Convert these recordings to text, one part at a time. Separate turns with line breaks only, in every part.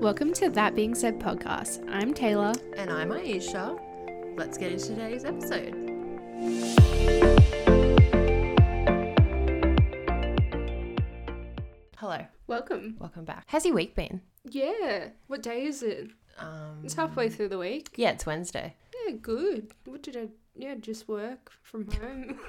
Welcome to That Being Said podcast. I'm Taylor.
And I'm Aisha. Let's get into today's episode. Hello,
Welcome.
welcome back. How's your week been?
Yeah. What day is it?
Um,
It's halfway through the week.
yeah, it's Wednesday.
Yeah, good. What did I? Yeah, just work from home.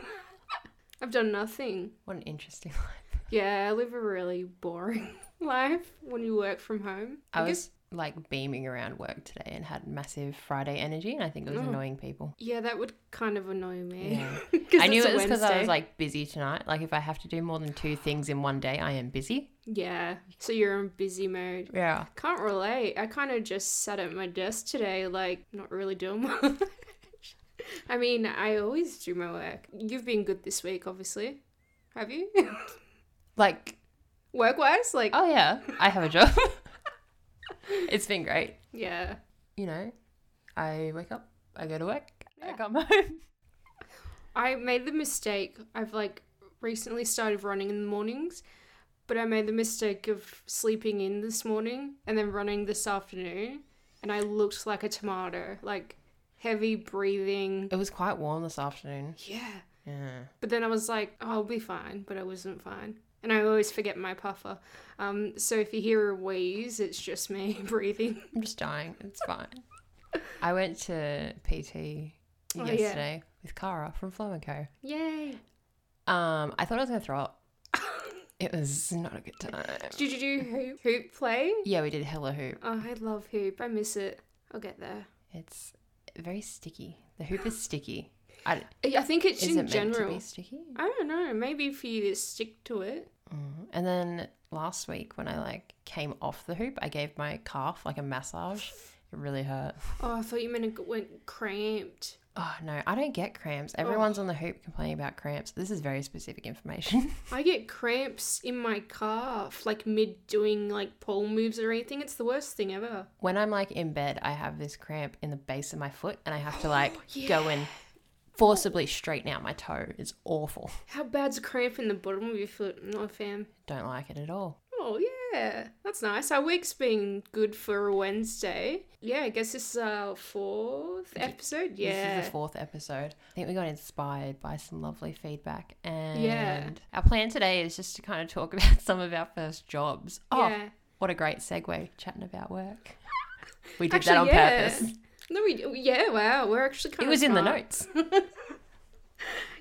I've done nothing.
What an interesting life.
Yeah, I live a really boring life when you work from home.
I, was like beaming around work today and had massive Friday energy, and I think it was
Oh.
annoying people.
Yeah, that would kind of annoy me.
Yeah.
'Cause
I knew
it's a
it was because I
Wednesday.
was like busy tonight. Like, if I have to do more than two things in one day, I am busy.
Yeah. So you're in busy mode.
Yeah.
Can't relate. I kind of just sat at my desk today, like, not really doing much. I mean, I always do my work. You've been good this week, obviously. Have you?
Like,
work wise? Like,
oh yeah, I have a job. it's been great.
yeah.
You know, I wake up, I go to work, I
Yeah.
come home.
I made the mistake. I've, like, recently started running in the mornings, but I made the mistake of sleeping in this morning and then running this afternoon, and I looked like a tomato. Like, heavy breathing.
It was quite warm this afternoon.
Yeah.
Yeah.
But then I was like, oh, I'll be fine, but I wasn't fine. And I always forget my puffer. Um, so if you hear a wheeze, it's just me breathing.
I'm just dying. It's fine. I went to PT
Oh, yeah.
yesterday with Cara from Flamenco.
Yay!
Um, I thought I was gonna throw up. It was not a good time.
Did you do hoop, hoop play?
Yeah, we did hella hoop.
Oh, I love hoop. I miss it. I'll get there.
It's very sticky. The hoop is sticky. I,
I I think it's
is it
in
meant to
general.
be sticky?
I don't know. Maybe if you just stick to it.
Mm. And then last week when I like came off the hoop, I gave my calf like a massage. It really hurt.
Oh, I thought you meant it went cramped.
Oh no, I don't get
Oh.
cramps. Everyone's on the hoop complaining about cramps. This is very specific information.
I get cramps in my calf, like mid doing like pole moves or anything. It's the worst thing ever.
when I'm like in bed, I have this cramp in the base of my foot and I have to
Oh,
like go and forcibly straighten out my toe. It's awful.
How bad's a cramp in the bottom of your foot? I'm not a fan.
Don't like it at all.
Oh yeah, that's nice. Our week's been good for a Wednesday. Yeah, I guess this is our fourth episode.
This is
Yeah,
the fourth episode. I think we got inspired by some lovely feedback. And
Yeah.
our plan today is just to kind of talk about some of our first jobs. Oh,
yeah.
what a great segue chatting about work. We did
Actually,
that on
yeah.
purpose.
No, we yeah. Wow, we're actually kind
It
of.
was in the
smart.
notes.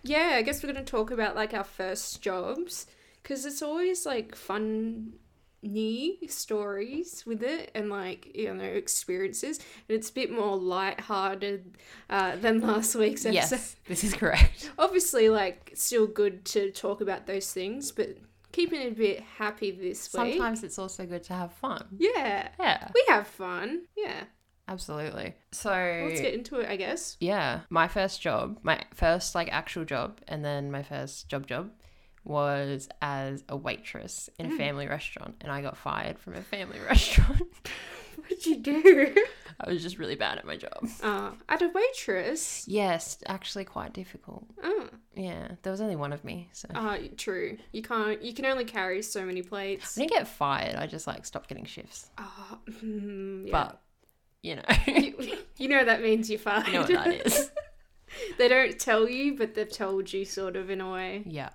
Yeah, I guess we're gonna talk about like our first jobs because it's always like funny stories with it and like you know experiences and it's a bit more light-hearted uh, than last week's episode
Yes, this is correct.
obviously like still good to talk about those things but keeping it a bit happy this week
Sometimes it's also good to have fun.
yeah
Yeah,
we have fun yeah
absolutely. So
let's get into it i guess
yeah my first job my first like actual job and then my first job job was as a waitress in a family restaurant and i got fired from a family restaurant
what did you do
i was just really bad at my job
uh, at a waitress
yes actually quite difficult Oh,
oh
yeah there was only one of me so i
uh, true you can't you can only carry so many plates
didn't get fired i just like stopped getting shifts
oh, mm, yeah.
but you know
you, you know that means you're fired
you know what that is
they don't tell you but they've told you sort of in a way
yeah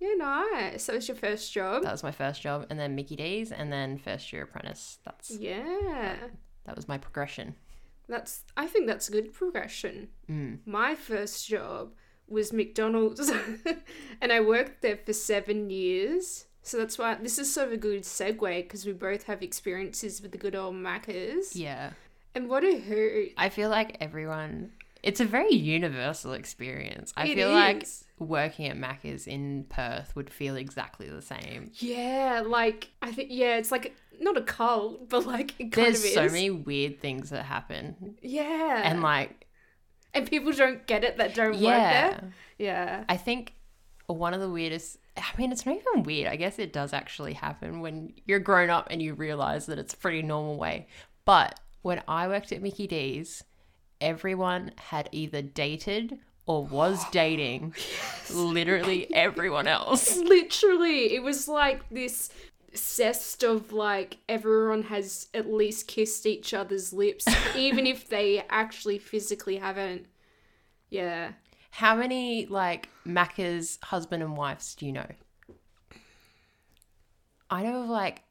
yeah nice that was your first job
that was my first job and then mickey d's and then first year apprentice that's
yeah
that was my progression
that's i think that's a good progression
mm.
my first job was McDonald's, and I worked there for seven years. So that's why this is sort of a good segue because we both have experiences with the good old Maccas.
yeah
And what a hoot!
I feel like everyone. It's a very universal experience. I
It
feel like
is.
working at Macca's in Perth would feel exactly the same.
Yeah, like I think yeah, it's like not a cult, but like it kind
There's
of is.
so many weird things that happen,
Yeah,
and
and
like
and people don't get it that don't
yeah,
work there. Yeah,
I think one of the weirdest. I mean, it's not even weird. I guess it does actually happen when you're grown up and you realize that it's a pretty normal way. But when I worked at Mickey D's, everyone had either dated or was dating literally everyone else.
literally, it was like this obsessed of like everyone has at least kissed each other's lips, even if they actually physically haven't. Yeah.
How many like Macca's husband and wives do you know? I know of like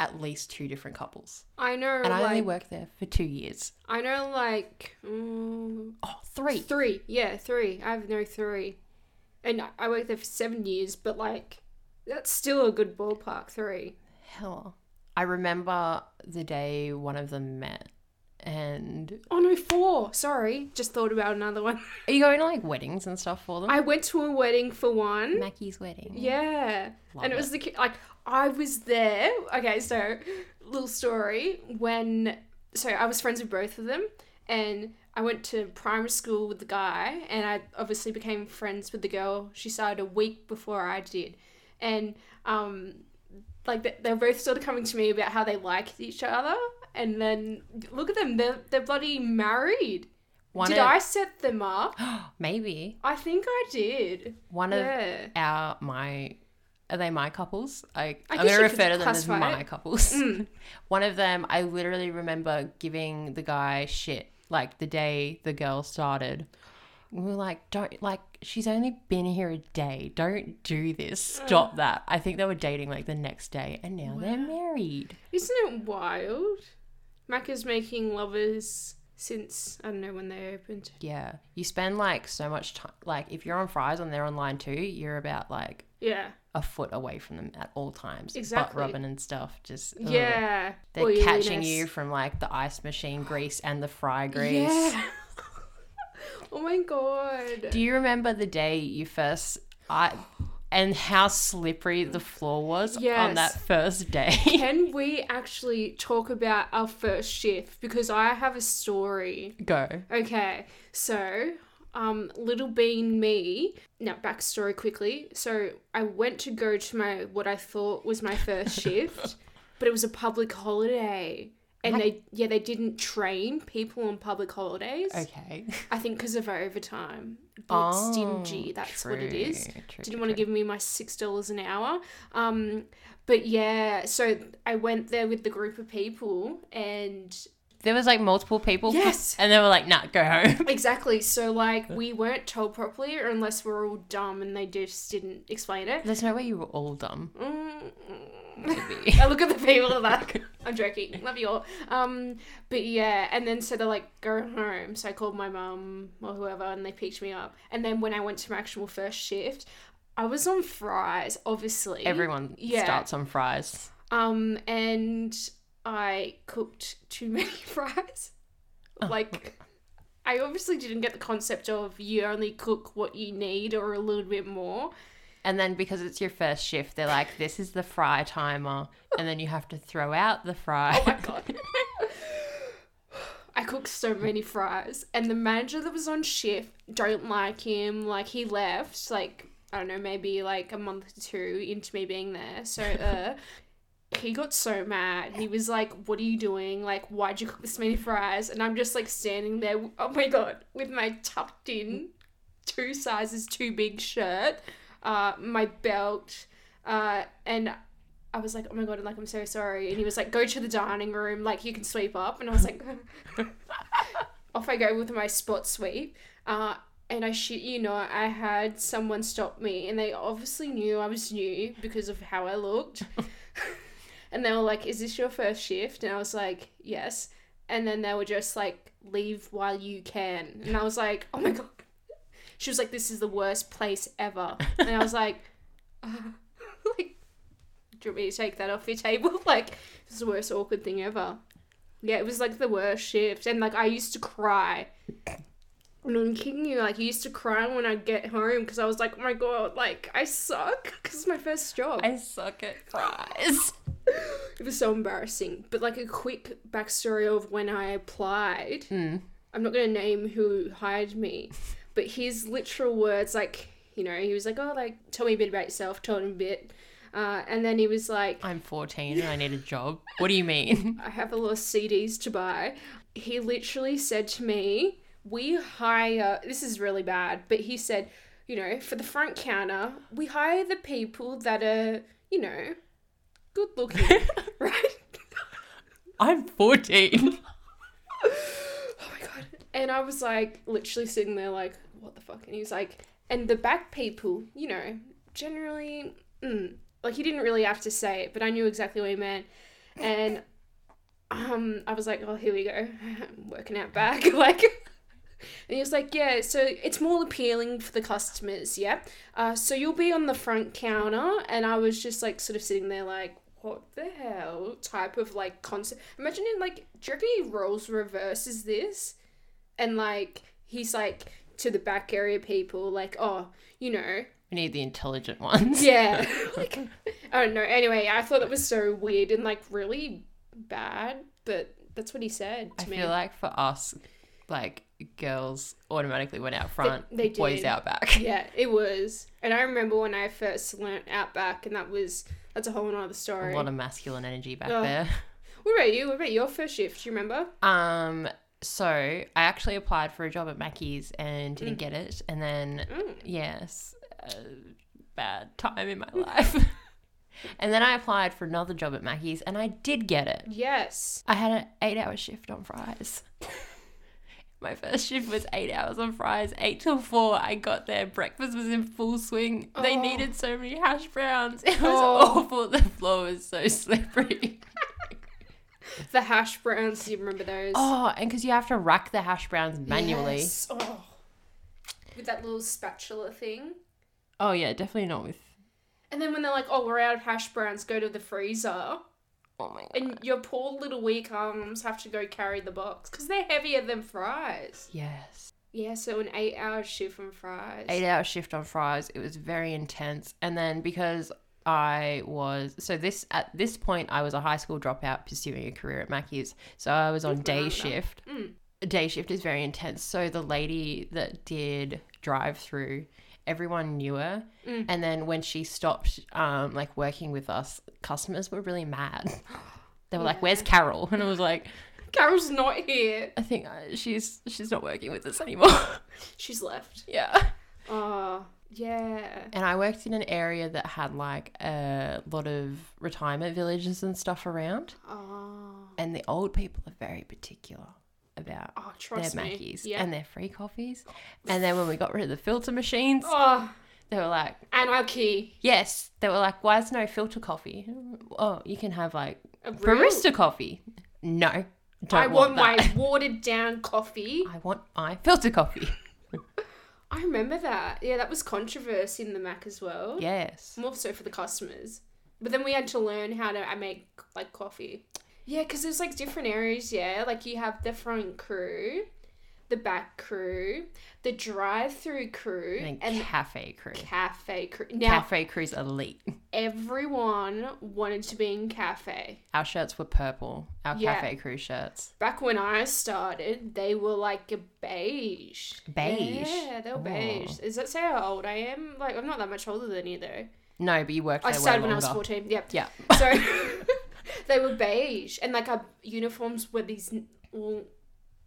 at least two different couples,
I know
and I only
like
worked there for two years.
I know like mm,
Oh, three.
Three, yeah, three. I have no three. And I- I worked there for seven years, but like, that's still a good ballpark three.
Hell, I remember the day one of them met, and
Oh no, four. Sorry, just thought about another one.
are you going to like weddings and stuff for them?
I went to a wedding for one.
Mackie's wedding.
Yeah.
Love
and it was the ki- like I was there. Okay, so little story when so I was friends with both of them and I went to primary school with the guy and I obviously became friends with the girl. She started a week before I did. And um like they- they're both sort of coming to me about how they liked each other and then look at them they're, they're bloody married
One
did
of,
i set them up
maybe
i think i did
one of
yeah
our my are they my couples? I, I
I
am
guess
gonna
you could
refer to them as
classify
my
it. Mm.
couples. One of them, I literally remember giving the guy shit like the day the girl started. We were like, don't like she's only been here a day. Don't do this.
Mm.
Stop that. I think they were dating like the next day, and now they're married.
Isn't it wild? Macca's making lovers since I don't know when they opened.
Yeah, you spend like so much time. Like if you're on fries and they're online too, you're about like
Yeah.
a foot away from them at all times.
Exactly.
Butt rubbing and stuff. Just ugh.
Yeah.
Oh, They're
Oiliness.
catching you from like the ice machine grease and the fry grease.
Yeah. oh my god.
Do you remember the day you first I and how slippery the floor was on
Yes.
that first day?
Can we actually talk about our first shift? Because I have a story.
Go.
Okay, so um, little bean me. Now backstory quickly. So I went to go to my what I thought was my first shift, but it was a public holiday, and they yeah they didn't train people on public holidays.
Okay.
I think because of overtime. Being
Oh,
stingy, that's what it is.
true, true,
Didn't want to
true.
give me my six dollars an hour. Um, but yeah, so I went there with the group of people, and
There was like multiple people.
Yes.
And they were like, nah, go home.
Exactly. So like we weren't told properly, or unless we're all dumb and they just didn't explain it.
There's no way you were all dumb.
Mm.
Maybe.
I look at the people that are like, I'm joking. Love you all. Um, but yeah, and then so they're like, go home. So I called my mum or whoever, and they picked me up. And then when I went to my actual first shift, I was on fries, obviously.
Everyone
Yeah.
starts on fries.
Um, and I cooked too many fries. Like, I obviously didn't get the concept of you only cook what you need or a little bit more.
And then because it's your first shift, they're like, this is the fry timer. And then you have to throw out the fry.
Oh my god. I cooked so many fries, and the manager that was on shift don't like him. Like he left, like I don't know, maybe like a month or two into me being there. So uh, he got so mad. He was like, "What are you doing? Like, why'd you cook this many fries?" And I'm just like standing there. Oh my god, with my tucked in, two sizes too big shirt, uh, my belt, uh, and I was like, oh my god, like I'm so sorry. And he was like, go to the dining room, like you can sweep up. And I was like, off I go with my spot sweep. Uh, and I shit you not, I had someone stop me, and they obviously knew I was new because of how I looked. and they were like, is this your first shift? And I was like, yes. And then they were just like, leave while you can. And I was like, oh my god. She was like, this is the worst place ever. And I was like, like do you want me to take that off your table? Like, it was the worst awkward thing ever. Yeah, it was like the worst shift. And like, I used to cry. And I'm kidding you, like, I used to cry when I'd get home because I was like, oh my god, like, I suck because it's my first job.
I suck at fries.
It was so embarrassing. But like, a quick backstory of when I applied. I'm not going to name who hired me, but his literal words, like, you know, he was like, oh, like, tell me a bit about yourself, told him a bit. Uh, and then he was like,
I'm 14 and I need a job. What do you mean?
I have a lot of CDs to buy. He literally said to me, We hire, this is really bad, but he said, You know, for the front counter, we hire the people that are, you know, good looking, right?
I'm 14.
Oh my god. And I was like literally sitting there like, what the fuck? And he was like, and the back people, you know, generally, mm, like he didn't really have to say it, but I knew exactly what he meant. And um, I was like, oh, here we go. I'm working out back. like, and he was like, yeah, so it's more appealing for the customers, yeah? Uh, so you'll be on the front counter. And I was just like sort of sitting there like, what the hell type of like concept? Imagine in like, do you reckon he rolls reverses this? And like, he's like to the back area people, like, oh, you know,
We need the intelligent ones.
yeah. like, I don't know. Anyway, I thought it was so weird and like really bad, but that's what he said
I
to me.
feel like for us, like girls automatically went out front,
they
boys
did.
out back.
yeah, it was. And I remember when I first learnt Outback, and that was that's a whole nother
A
story.
lot of masculine energy back
Ugh.
there.
What about you? What about your first shift? Do you remember?
Um, so I actually applied for a job at Mackey's and didn't get it, and then
Mm.
yes, uh, bad time in my life. and then I applied for another job at Mackey's, and I did get it.
Yes.
I had an eight-hour shift on fries. My first shift was eight hours on fries, eight till four. I got there. Breakfast was in full swing. They
Oh.
needed so many hash browns. It was
Oh.
awful. The floor was so slippery.
The hash browns. Do you remember those?
Oh, and because you have to rack the hash browns manually.
Yes. Oh. With that little spatula thing.
Oh yeah, definitely not with.
And then when they're like, oh, we're out of hash browns, go to the freezer.
Oh my god.
And your poor little weak arms have to go carry the box because they're heavier than fries.
Yes.
Yeah, so an eight hour shift from fries.
Eight hour shift on fries. It was very intense. And then because I was so this at this point I was a high school dropout pursuing a career at Mackey's. So I was on day
remember.
shift.
Mm.
Day shift is very intense. So the lady that did drive through, everyone knew her.
Mm.
And then when she stopped um like working with us, customers were really mad. They were like,
Yeah.
"Where's Carol?" And I was like,
Carol's not here.
"I think uh, she's she's not working with us anymore."
She's left.
yeah.
Oh, yeah.
And I worked in an area that had like a lot of retirement villages and stuff around.
Oh,
And the old people are very particular about
oh trust
their
me.
Mackies
Yeah.
and their free coffees. And then when we got rid of the filter machines,
oh,
they were like,
anarchy.
yes. They were like, why is no filter coffee? Oh, you can have like
A real-
barista coffee. No, don't
I want, my
that.
watered down coffee.
I want my filter coffee.
I remember that. Yeah, that was controversy in the Mac as well.
yes.
more so for the customers. But then we had to learn how to I make like coffee. Yeah, because there's like different areas. Yeah, like you have the front crew, the back crew, the drive-through crew,
And
and
cafe crew.
the cafe crew. Now
Cafe crew's elite.
everyone wanted to be in cafe.
Our shirts were purple. Our
Yeah.
cafe crew shirts.
Back when I started, they were like a beige.
Beige?
Yeah, they were
Oh.
beige. Does that say how old I am? Like I'm not that much older than you though.
No, but you worked.
I
there way
started when I was
longer.
14. Yep.
Yeah.
So they were beige, and like our uniforms were these. n- Well,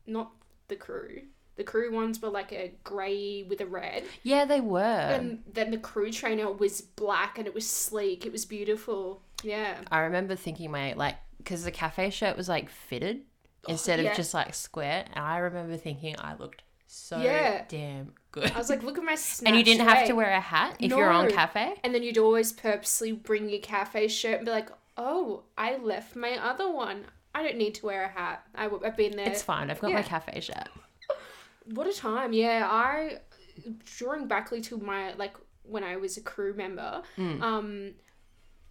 not the crew. The crew ones were like a grey with a red,
Yeah, they were.
and then the crew trainer was black, and it was sleek. It was beautiful. Yeah.
I remember thinking my like because the cafe shirt was like fitted instead
Oh, yeah.
of just like square, and I remember thinking I looked so
Yeah.
damn good.
I was like, look at my snatch.
and you didn't have to
weight.
wear a hat if you're on
No.
cafe.
And then you'd always purposely bring your cafe shirt and be like, oh, I left my other one. I don't need to wear a hat. I w- I've been there.
It's fine. I've got my
yeah.
cafe shirt.
What a time. Yeah, I during Backley to my like when I was a crew member, um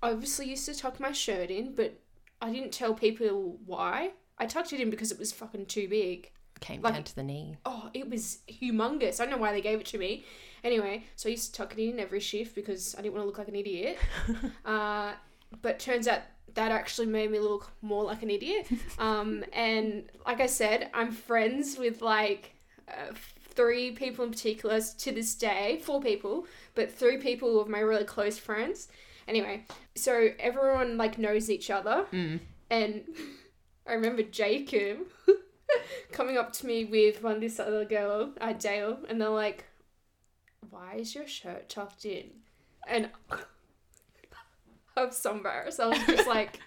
I obviously used to tuck my shirt in, but I didn't tell people why. I tucked it in because it was fucking too big.
Came
Like-
down to the knee.
Oh, it was humongous. I don't know why they gave it to me. Anyway, so I used to tuck it in every shift because I didn't want to look like an idiot. uh, but turns out that actually made me look more like an idiot. Um, and like I said, I'm friends with like uh, three people in particular s- to this day, four people, but three people of my really close friends. Anyway, so everyone like knows each other. And I remember Jacob coming up to me with one this other girl, uh, Dale, and they're like, "Why is your shirt tucked in?" And I was so embarrassed. I was just like,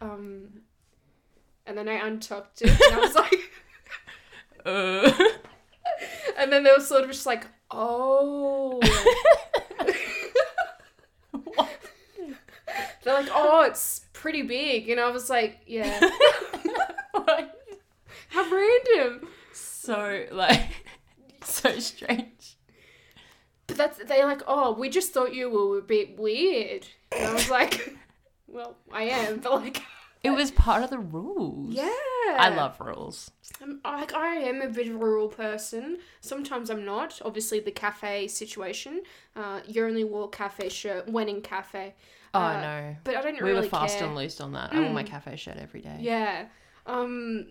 um, and then I untucked it and I was like,
Uh.
and then they were sort of just like, oh. They're like, oh, it's pretty big. And I was like, yeah,
Like,
how random.
so like so strange.
But that's, they're like, oh, we just thought you were a bit weird. And I was like, well, I am, but like,
It was part of the rules.
Uh, yeah.
I love rules.
I'm, Um, I- like I am a bit of a rural person. Sometimes I'm not. Obviously, the cafe situation. Uh, you only wore cafe shirt when in cafe.
Oh
Uh,
no.
But I didn't
We
really
were fast
care. Mm.
and loose on that. I wore my cafe shirt every day.
Yeah. Um.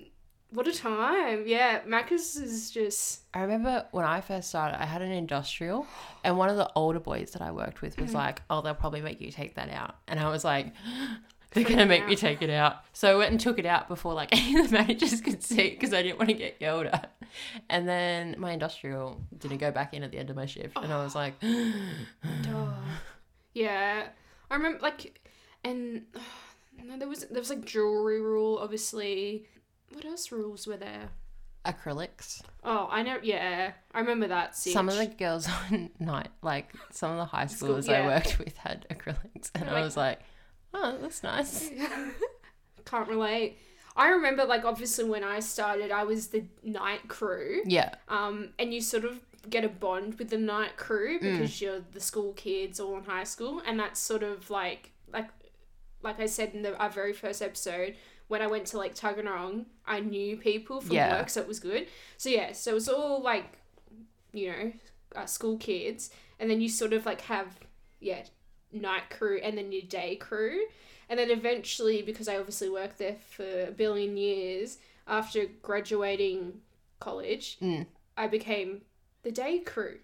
What a time. Yeah. Macca's is just.
I remember when I first started, I had an industrial, and one of the older boys that I worked with
Mm-hmm.
was like, "Oh, they'll probably make you take that out," and I was like, "They're gonna
Freaking
make me
out.
take it out." So I went and took it out before like any of the managers could see because I didn't want to get yelled at. And then my industrial didn't go back in at the end of my shift, and I was like,
Oh. duh. Yeah. I remember like, and no, there was there was like jewelry rule. Obviously, what else rules were there?
"Acrylics."
Oh, I know. Yeah, I remember that. Sitch.
Some of the girls on night, like some of the high
School,
schoolers I
yeah.
worked with, had acrylics, and I
Like-
was like, "Oh, that's nice."
Can't relate. I remember, like, obviously when I started, I was the night crew,
Yeah,
um, and you sort of get a bond with the night crew because you're the school kids all in high school, and that's sort of like, like, like I said in the, our very first episode, when I went to like Tuggeranong, I knew people from
Yeah.
work, so it was good. So yeah, so it was all like, you know, uh, school kids, and then you sort of like have, yeah, night crew and then your day crew. And then eventually, because I obviously worked there for a billion years, after graduating college,
Mm. Oh.
I became the day crew.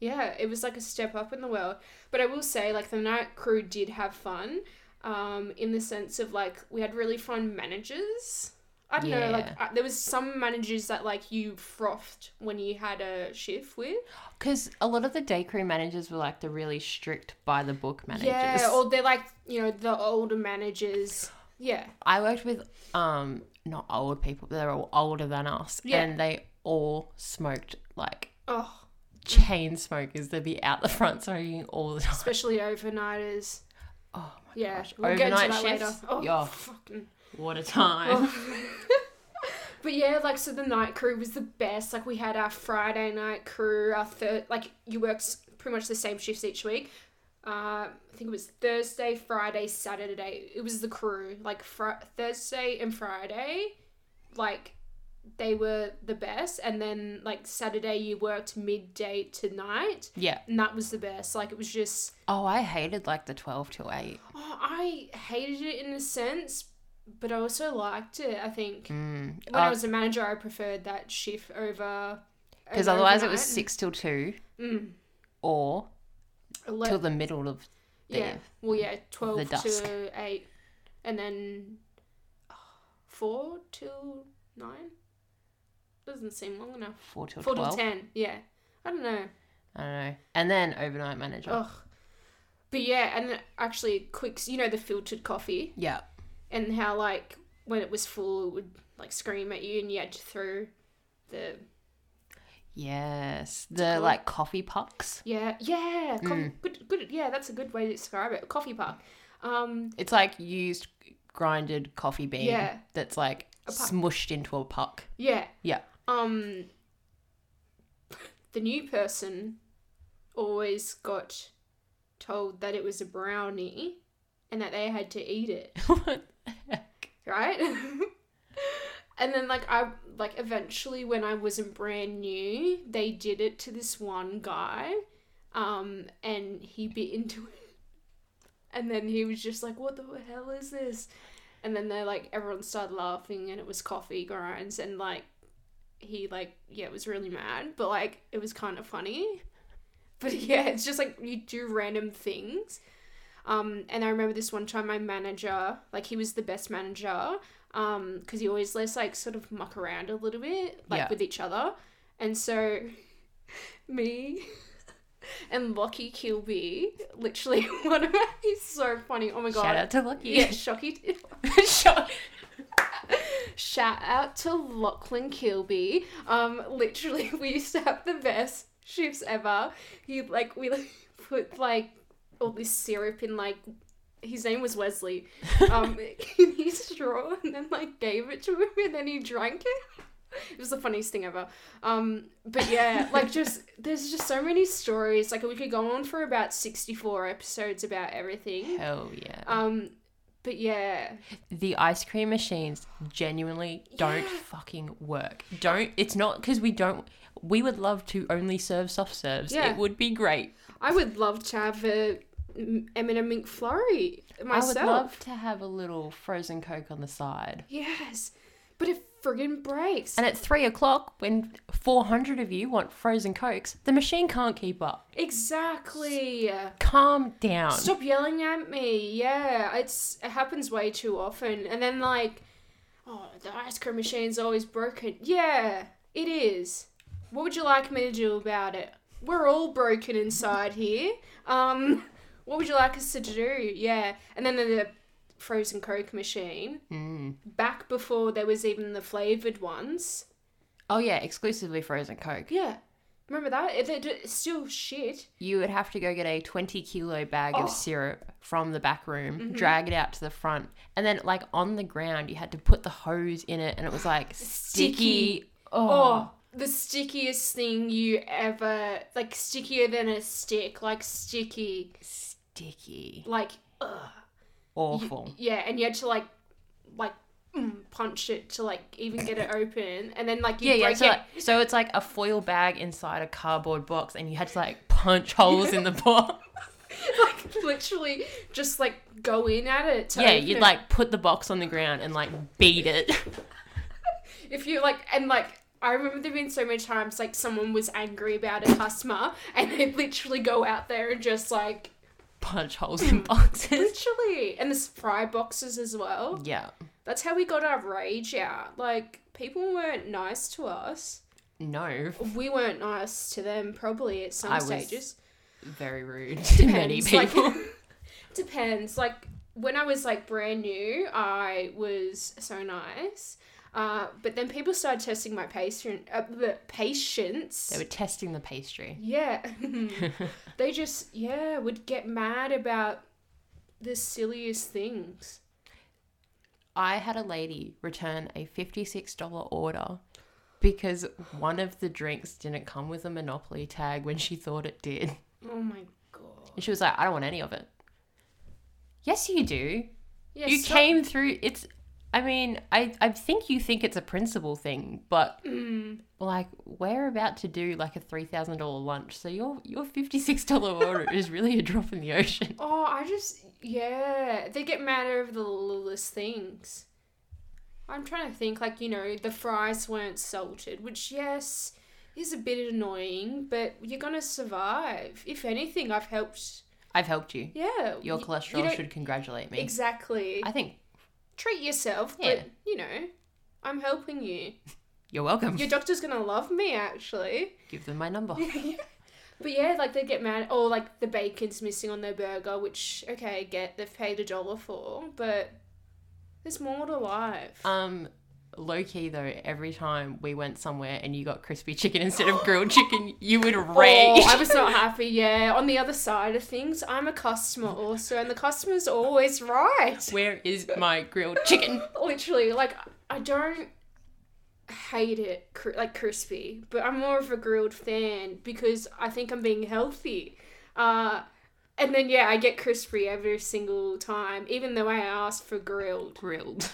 Yeah, it was like a step up in the world. But I will say, like, the night crew did have fun um, in the sense of, like, we had really fun managers. I don't know, like,
Yeah.
I, there was some managers that, like, you frothed when you had a shift with.
Because a lot of the day crew managers were like the really strict by the book managers.
Yeah, or they're, like, you know, the older managers. Yeah.
I worked with um not old people, but they were all older than us,
Yeah.
and they all smoked like
Oh,
chain smokers. They'd be out the front smoking all the time.
especially overnighters.
Oh my
Yeah,
gosh,
we'll get
overnight
into that
shifts?
later. Oh,
Yeah.
fucking.
what a
Oh.
time!
But yeah, like so, the night crew was the best. Like we had our Friday night crew, our third. Like you worked s- pretty much the same shifts each week. Uh, I think it was Thursday, Friday, Saturday. It was the crew. Like fr- Thursday and Friday, like they were the best. And then like Saturday, you worked midday to night,
Yeah.
and that was the best. Like it was just
Oh, I hated like the twelve till eight.
Oh, I hated it in a sense, but I also liked it. I think
Mm.
when I was a manager, I preferred that shift over
Because
over
otherwise it
overnight.
was six till two
Mm.
or
Ele-
till the middle of the
yeah, well, yeah, twelve
dusk.
to eight, and then oh, four till nine. Doesn't seem long enough.
four till
Four
twelve.
till ten. Yeah, I don't know.
I don't know. And then overnight manager.
Ugh. But yeah, and then actually, quicks. You know the filtered coffee.
Yeah.
and how like when it was full it would like scream at you and you had to throw the
Yes, the like coffee pucks.
yeah yeah co- good good yeah that's a good way to describe it coffee puck um
It's like used grinded coffee bean
Yeah.
that's like
puck.
smushed into a puck.
yeah
Yeah.
um the new person always got told that it was a brownie and that they had to eat it right? and then like I like eventually when I wasn't brand new, they did it to this one guy, um, and he bit into it, and then he was just like, "What the hell is this?" And then they like everyone started laughing, and it was coffee grinds, and like he like yeah was really mad, but like it was kind of funny. But yeah, it's just like you do random things. Um, and I remember this one time, my manager, like he was the best manager, um, because he always lets like sort of muck around a little bit, like
Yeah.
with each other, and so me and Lockie Kilby, literally one of my, he's so funny. Oh my god.
Shout out to Lucky.
yeah, Shocky. Shout out to Lachlan Kilby. Um, literally, we used to have the best shifts ever. He like we like, put like all this syrup in like his name was Wesley. Um, in his straw and then like gave it to him and then he drank it. It was the funniest thing ever. Um, but yeah, like just there's just so many stories. Like we could go on for about sixty four episodes about everything.
Hell yeah.
Um, but yeah,
the ice cream machines genuinely don't
Yeah.
fucking work. Don't. It's not because we don't. We would love to only serve soft serves.
Yeah.
It would be great.
I would love to have a M- Eminem McFlurry myself.
I would love to have a little frozen coke on the side.
Yes, but it friggin' breaks.
And at three o'clock, when four hundred of you want frozen cokes, the machine can't keep up.
exactly.
Calm down.
Stop yelling at me. Yeah, it's it happens way too often. And then like, oh, the ice cream machine's always broken. Yeah, it is. What would you like me to do about it? We're all broken inside here. Um, what would you like us to do? Yeah, and then the, the frozen coke machine.
Mm.
Back before there was even the flavored ones.
Oh yeah, exclusively frozen coke.
Yeah, remember that? It- it- It's still shit.
You would have to go get a 20 kilo bag
Oh. Mm-hmm.
of syrup from the back room, drag it out to the front, and then, like, on the ground, you had to put the hose in it, and it was like sticky.
Sticky.
Oh.
Oh, the stickiest thing you ever like stickier than a stick, like sticky,
sticky.
like ugh.
Awful.
yeah, and you had to like like mm, punch it to like even get it open, and then like you
yeah, yeah.
break
So,
it.
like- so it's like a foil bag inside a cardboard box, and you had to, like, punch holes in the box.
like literally just like go in at it. To
yeah,
open
you'd,
it.
like, put the box on the ground and, like, beat it.
if you like and like I remember there being so many times like someone was angry about a customer and they'd literally go out there and just like
punch holes in boxes.
literally and the fry boxes as well.
yeah.
That's how we got our rage out. Like, people weren't nice to us.
No.
We weren't nice to them, probably at some
I was-
stages.
Very rude to many
Depends,
people.
Like, depends. Like, when I was like brand new, I was so nice. Uh, but then people started testing my patient, uh, the patience.
they were testing the pastry.
Yeah. they just, yeah, would get mad about the silliest things.
I had a lady return a $56 order because one of the drinks didn't come with a Monopoly tag when she thought it did.
Oh my god.
And she was like, I don't want any of it. Yes, you do.
Yeah,
you
stop-
came through. It's, I mean, I, I think you think it's a principle thing, but
Mm.
like, we're about to do like a $3,000 lunch. So your, your $56 order is really a drop in the ocean.
Oh, I just yeah, they get mad over the littlest things. I'm trying to think, like you know, the fries weren't salted, which yes is a bit annoying, but you're gonna survive. If anything, I've helped.
I've helped you.
Yeah,
Your
y- you
cholesterol
don't-
should congratulate me.
exactly
I think
treat yourself,
Yeah.
but you know, I'm helping you.
you're welcome.
Your doctor's gonna love me actually.
Give them my number.
But yeah, like they get mad, or like the bacon's missing on their burger, which okay, get they've paid a dollar for, but there's more to life.
Um, low key though, every time we went somewhere and you got crispy chicken instead of grilled chicken, you would rage.
Oh, I was not happy. Yeah. On the other side of things, I'm a customer also, and the customer's always right.
Where is my grilled chicken?
Literally, like I don't hate it cr- like crispy, but I'm more of a grilled fan because I think I'm being healthy. Uh, and then yeah, I get crispy every single time, even though I asked for grilled.
Grilled.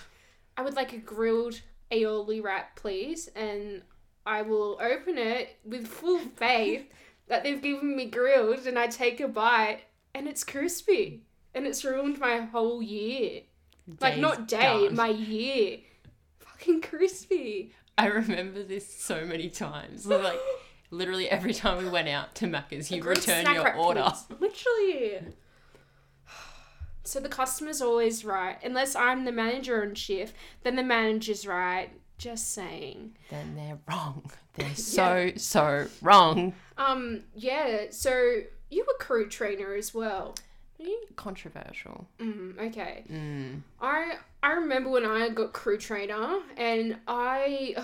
I would like a grilled aioli wrap, please, and I will open it with full faith that they've given me grilled, and I take a bite, and it's crispy, and it's ruined my whole year. like
Day's
not day,
done.
my year. Fucking crispy.
I remember this so many times. Like literally every time we went out to Macca's, you
Grilled
returned
snack
your
wrap,
order.
please. Literally. So the customer's always right, unless I'm the manager on shift. Then the manager's right. Just saying.
then they're wrong. They're so, so wrong.
Um, yeah, so you were crew trainer as well.
Controversial.
Mm, okay.
Mm.
I I remember when I got crew trainer and I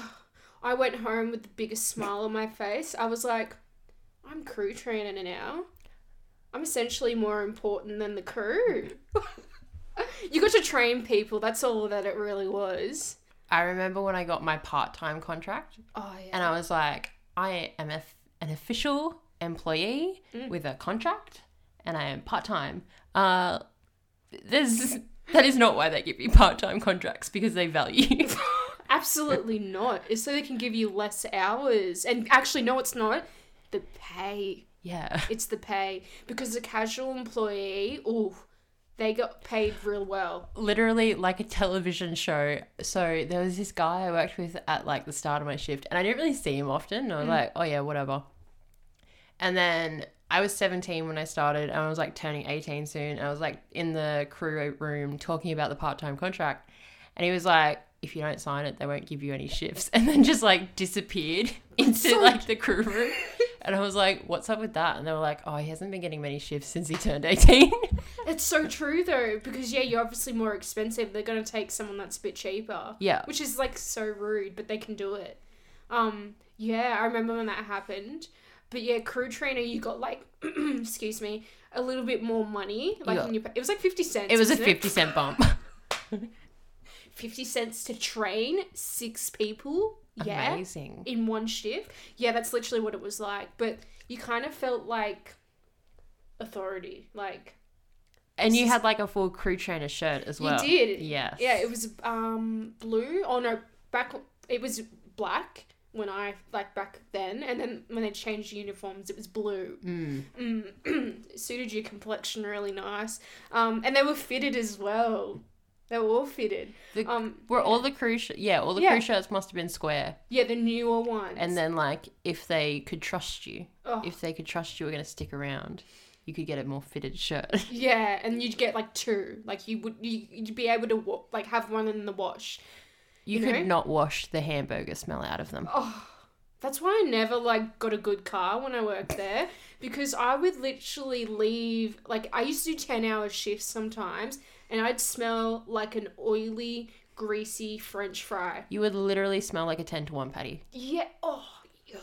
I went home with the biggest smile on my face. I was like, I'm crew trainer now. I'm essentially more important than the crew. you got to train people. That's all that it really was.
I remember when I got my part time contract
Oh yeah.
and I was like, I am a, an official employee with a contract and I am part time. Uh, there's, that is not why they give you part time contracts because they value.
Absolutely not. It's so they can give you less hours. And actually, no, it's not. The pay.
yeah.
It's the pay because a casual employee, ooh, they got paid real well.
literally like a television show. So there was this guy I worked with at like the start of my shift, and I didn't really see him often. I was like, oh yeah, whatever. And then I was 17 when I started, and I was like turning 18 soon. And I was like in the crew room talking about the part time contract, and he was like, if you don't sign it, they won't give you any shifts. And then just like disappeared into like the crew room. And I was like, what's up with that? And they were like, oh, he hasn't been getting many shifts since he turned 18.
It's so true though, because yeah, you're obviously more expensive. They're gonna take someone that's a bit cheaper.
yeah.
Which is like so rude, but they can do it. Um, yeah, I remember when that happened. But yeah, crew trainer, you got like, excuse me, a little bit more money. Like
got-
in your, pa- it was like fifty cents.
It was a
wasn't
50 cent bump.
50 cents to train six people yeah
Amazing.
in one shift yeah that's literally what it was like but you kind of felt like authority like
And you had like a full crew trainer shirt as well.
you did
Yes.
yeah it was um blue oh no back it was black when i like back then and then when they changed uniforms it was blue
Mm.
mm, suited your complexion really nice um and they were fitted as well they were all fitted
The-
um
Were all the crew sh- yeah, all the
Yeah.
crew shirts must have been square.
yeah the newer ones
And then like if they could trust you,
oh.
if they could trust you were going to stick around, you could get a more fitted shirt.
Yeah, and you'd get like two. Like you would, you, you'd be able to wa- like have one in the wash.
You,
You
could
know?
not wash the hamburger smell out of them.
Oh, that's why I never like got a good car when I worked there because I would literally leave. Like I used to do ten hour shifts sometimes, and I'd smell like an oily, greasy French fry.
You would literally smell like a 10 to 1 patty,
Yeah. Oh. ugh.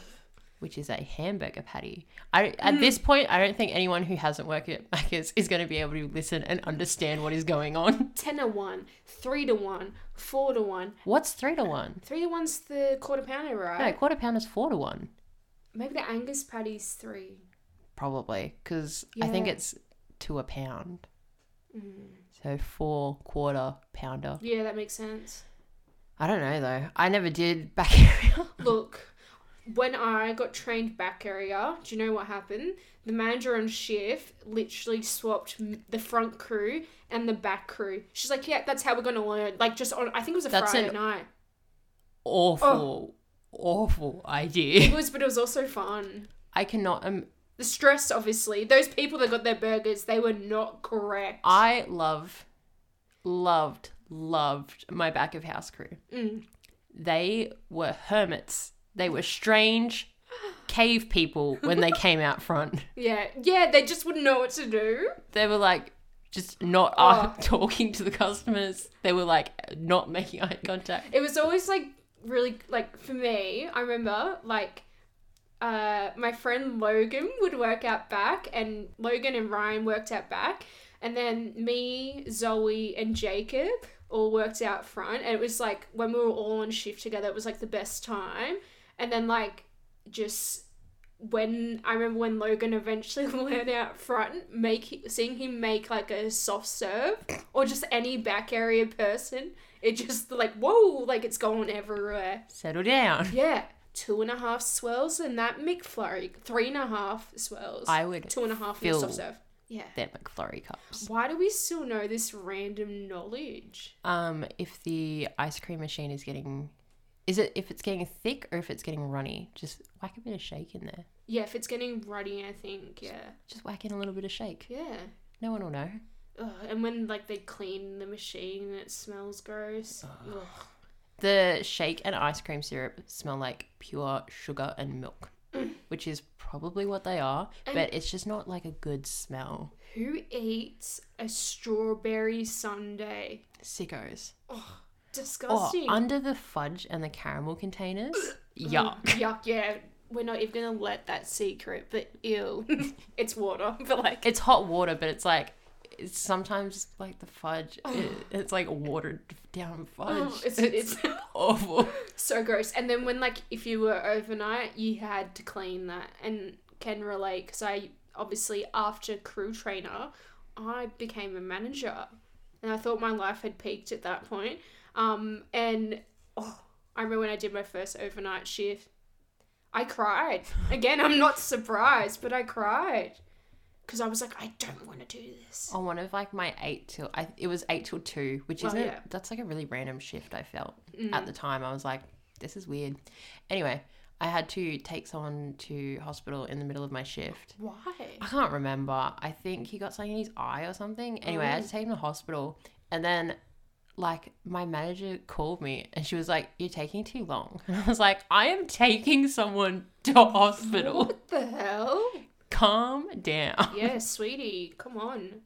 which is a hamburger patty. I at this point I don't think anyone who hasn't worked at Macca's is going to be able to listen and understand what is going on.
10 to 1, 3 to 1, 4 to 1.
What's 3 to 1?
3 to 1's the quarter pounder,
No,
right?
quarter pound is 4 to 1.
Maybe the Angus patty's 3.
probably because I think
Yeah. Mm.
it's to a pound. So four quarter pounder.
Yeah, that makes sense.
I don't know though. I never did back
Look, when I got trained back area, do you know what happened? The manager on shift literally swapped m- the front crew and the back crew. She's like, "Yeah, that's how we're gonna learn." Like, just on, I think it was a
That's
Friday
an-
night. Oh.
awful, awful
It
idea.
was, but it was also fun.
I cannot. Um,
The stress, obviously. Those people that got their burgers, they were not correct.
I love, loved, loved my back of house crew.
Mm.
They were hermits. They were strange cave people when they came out front.
Yeah, yeah, they just wouldn't know what to do.
they were like just not uh, talking to the customers. They were like not making eye contact.
it was always like really like for me i remember like uh my friend logan would work out back and logan and ryan worked out back and then me zoe and jacob all worked out front and it was like when we were all on shift together it was like the best time and then like just when I remember when Logan eventually went out front, make seeing him make like a soft serve or just any back area person, it just like whoa, like it's going everywhere.
Settle down.
Yeah, two and a half swirls and that McFlurry, three and a half swirls,
I would
two and a half in a soft
fill-
serve. Yeah.
their McFlurry cups.
Why do we still know this random knowledge?
Um, if the ice cream machine is getting, is it if it's getting thick or if it's getting runny? Just whack a bit of shake in there.
Yeah, if it's getting ruddy, I think yeah,
Just whack in a little bit of shake.
yeah.
No one will know.
Ugh, and when like they clean the machine, and it smells gross. Ugh.
The shake and ice cream syrup smell like pure sugar and milk, which is probably what they are,
And-
but it's just not like a good smell.
Who eats a strawberry sundae?
Sickos. Oh,
Disgusting.
under the fudge and the caramel containers. Yuck.
Mm, Yuck, yeah. We're not even gonna let that secret, but ew. it's water, but like
It's hot water, but it's like it's sometimes like the fudge. it- it's like watered down fudge.
oh, it's, it's
awful.
so gross. And then when like if you were overnight, you had to clean that and can relate because I obviously after crew trainer, I became a manager, and I thought my life had peaked at that point. Um, and oh, I remember when I did my first overnight shift, I cried. Again, I'm not surprised, but I cried because I was like, I don't want to do this.
On one of like my eight till I, it was eight till two, which
Well,
isn't
Oh, yeah. Mm.
that's like a really random shift. I felt at the time I was like, this is weird. Anyway, I had to take someone to hospital in the middle of my shift.
Why?
I can't remember. I think he got something in his eye or something. Anyway, I had to
Oh.
take him to hospital, and then like my manager called me and she was like, "You're taking too long." And I was like, "I am taking someone to hospital.
What the hell?
Calm down."
yeah, sweetie, come on.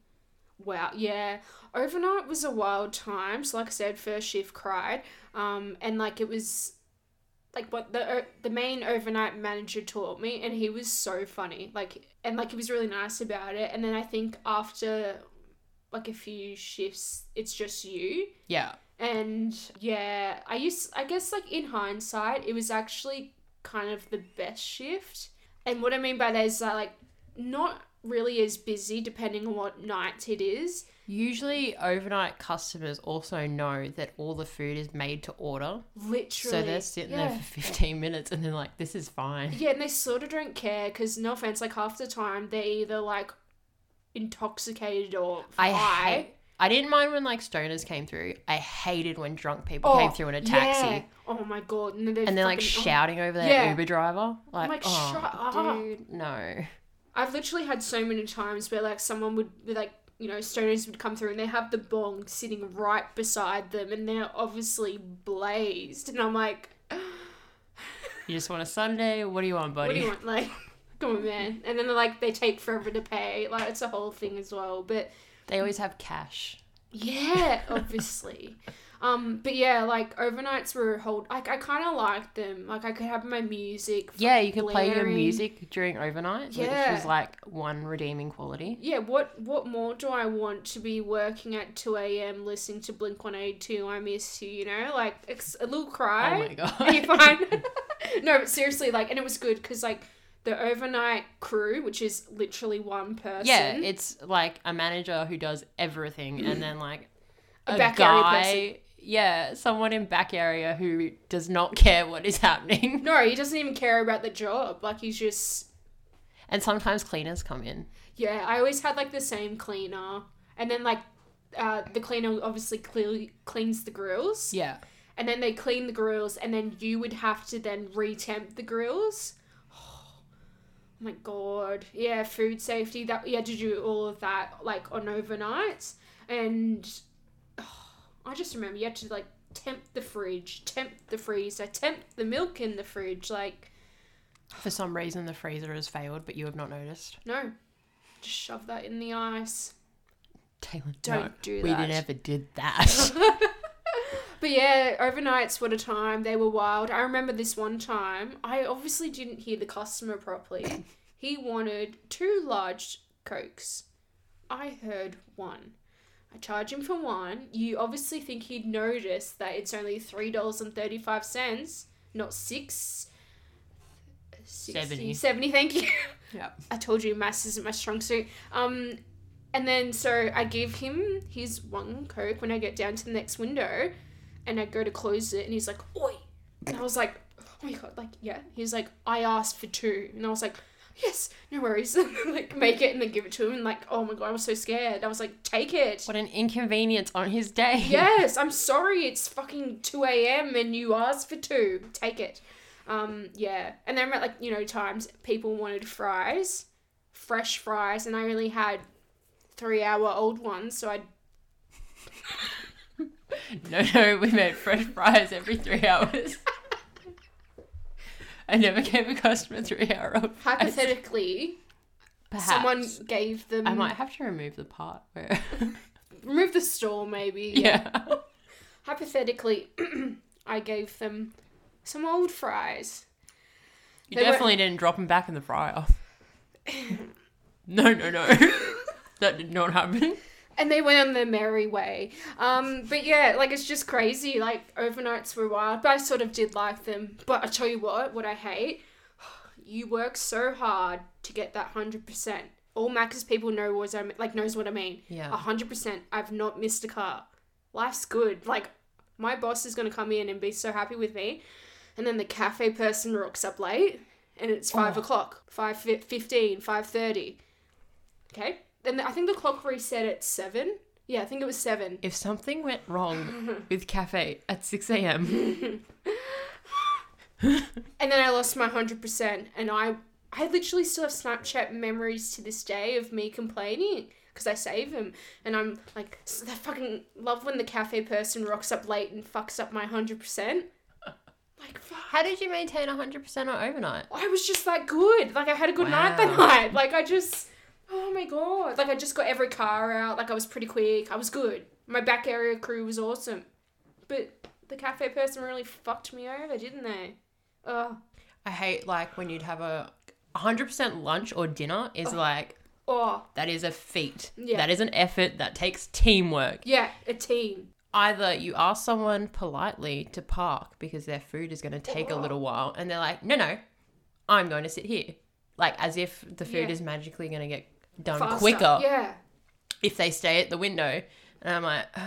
Wow, yeah. Overnight was a wild time. So, like I said, first shift cried, um, and like it was, like what the o- the main overnight manager taught me, and he was so funny. Like, and like he was really nice about it. And then I think after, like a few shifts, it's just you.
Yeah.
And yeah, I used I guess like in hindsight, it was actually kind of the best shift. And what I mean by that is that like not really as busy depending on what night it is.
Usually, overnight customers also know that all the food is made to order.
Literally.
So they're sitting
yeah.
there for 15 minutes and they're like, this is fine.
Yeah, and they sort of don't care because no offense, like half the time they're either like intoxicated or
I
high.
hate. I didn't mind when like stoners came through. I hated when drunk people came through in a taxi
Oh, yeah. Oh my god. And, then
and they're like
fucking- oh
shouting over their
Yeah.
Uber driver. Like,
like,
oh,
shut up."
dude, no.
I've literally had so many times where like someone would be like you know stoners would come through and they have the bong sitting right beside them and they're obviously blazed and I'm like
You just want a Sunday? What do you want, buddy?
what do you want like come on man and then they're like they take forever to pay like it's a whole thing as well but
They always have cash.
yeah obviously um but yeah like overnights were a whole like I kind of liked them like I could have my music
Yeah, you could play your
blaring.
music during overnight, which
Yeah.
was like one redeeming quality.
yeah, what what more do I want to be working at 2 a.m. listening to Blink 182? I miss you, you know? Like, it's a little
Oh
cry.
my god.
Are you fine? no, but seriously, like, and it was good because, like, the overnight crew, which is literally one person,
Yeah, it's like a manager who does everything, and then like
A
a,
back area
guy, yeah, someone in back area who does not care what is happening.
no, he doesn't even care about the job. Like, he's just,
And sometimes cleaners come in.
yeah, I always had, like, the same cleaner. And then, like, uh, the cleaner obviously cle- cleans the grills.
Yeah,
and then they clean the grills, and then you would have to then retemp the grills. Oh my god, yeah, food safety. That yeah, to do all of that like on overnights, and oh, I just remember you had to like temp the fridge, temp the freezer, temp the milk in the fridge. Like
for some reason the freezer has failed, but you have not noticed.
no, just shove that in the ice.
Taylor,
Don't
no,
do
we
that.
never did that.
But yeah, overnights, what a time. They were wild. I remember this one time, I obviously didn't hear the customer properly. he wanted two large Cokes. I heard one. I charge him for one. You obviously think he'd notice that it's only $3.35, not six. 60,
Seventy.
70, thank you.
Yep.
I told you maths isn't my strong suit. Um, and then so I give him his one coke when I get down to the next window, and I go to close it, and he's like, "Oi!" And I was like, "Oh my god!" Like, yeah. He's like, "I asked for two. and I was like, "Yes, no worries." like, make it and then give it to him, and like, oh my god, I was so scared. I was like, "Take it."
what an inconvenience on his day.
Yes, I'm sorry. It's fucking two a.m. and you asked for two. Take it. Um, yeah. And then at like you know times people wanted fries, fresh fries, and I only had three hour old ones, so I
No, no, we made French fries every three hours. I never gave a customer three hour old fries.
Hypothetically,
Perhaps.
someone gave them.
I might have to remove the part where.
remove the store, maybe.
yeah.
Hypothetically, I gave them some old fries.
You
They were-
definitely didn't drop him back in the fryer. no, no, no. that did not happen.
And they went on their merry way. Um, but yeah, like it's just crazy. Like overnights were wild, but I sort of did like them. But I tell you what, what I hate, you work so hard to get that hundred percent. All Macca's people know what I like knows what I mean.
Yeah.
A hundred percent. I've not missed a car. Life's good. Like my boss is gonna come in and be so happy with me, and then the cafe person rocks up late, and it's five
Oh.
o'clock, five fi- fifteen, five thirty. Okay. Then I think the clock reset at seven. Yeah, I think it was seven.
If something went wrong with cafe at 6 a.m.,
And then I lost my hundred percent, and I I literally still have Snapchat memories to this day of me complaining because I save them, and I'm like, "S- I fucking love when the cafe person rocks up late and fucks up my hundred percent. Like, fuck.
how did you maintain 100% on overnight?
I was just that good. Like I had a good night that
Wow.
night. Like I just, oh my god. Like I just got every car out. Like I was pretty quick. I was good. My back area crew was awesome, but the cafe person really fucked me over, didn't they? Oh,
I hate like when you'd have a 100% lunch or dinner is like
oh,
that is a feat.
Yeah.
That is an effort that takes teamwork.
yeah, a team.
Either you ask someone politely to park because their food is going to take a little while and they're like, "No, no. I'm going to sit here." Like as if the food
Yeah.
is magically going to get done
Faster.
Um, quicker
Yeah,
if they stay at the window. And I'm like,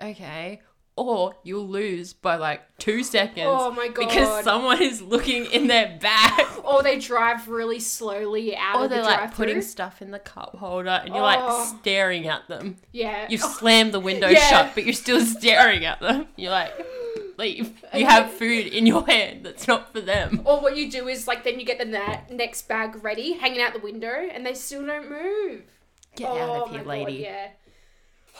"Okay." Or you'll lose by like 2 seconds
Oh my God.
because someone is looking in their bag.
or they drive really slowly out
Or
of the
they're
drive-through.
like putting stuff in the cup holder and you're
Oh.
like staring at them.
yeah.
You've
Oh,
slammed the window
Yeah.
shut, but you're still staring at them. You're like, leave. You have food in your hand that's not for them.
Or what you do is like then you get the na- next bag ready, hanging out the window, and they still don't move. Oh
Get out of here,
my
lady.
God, yeah.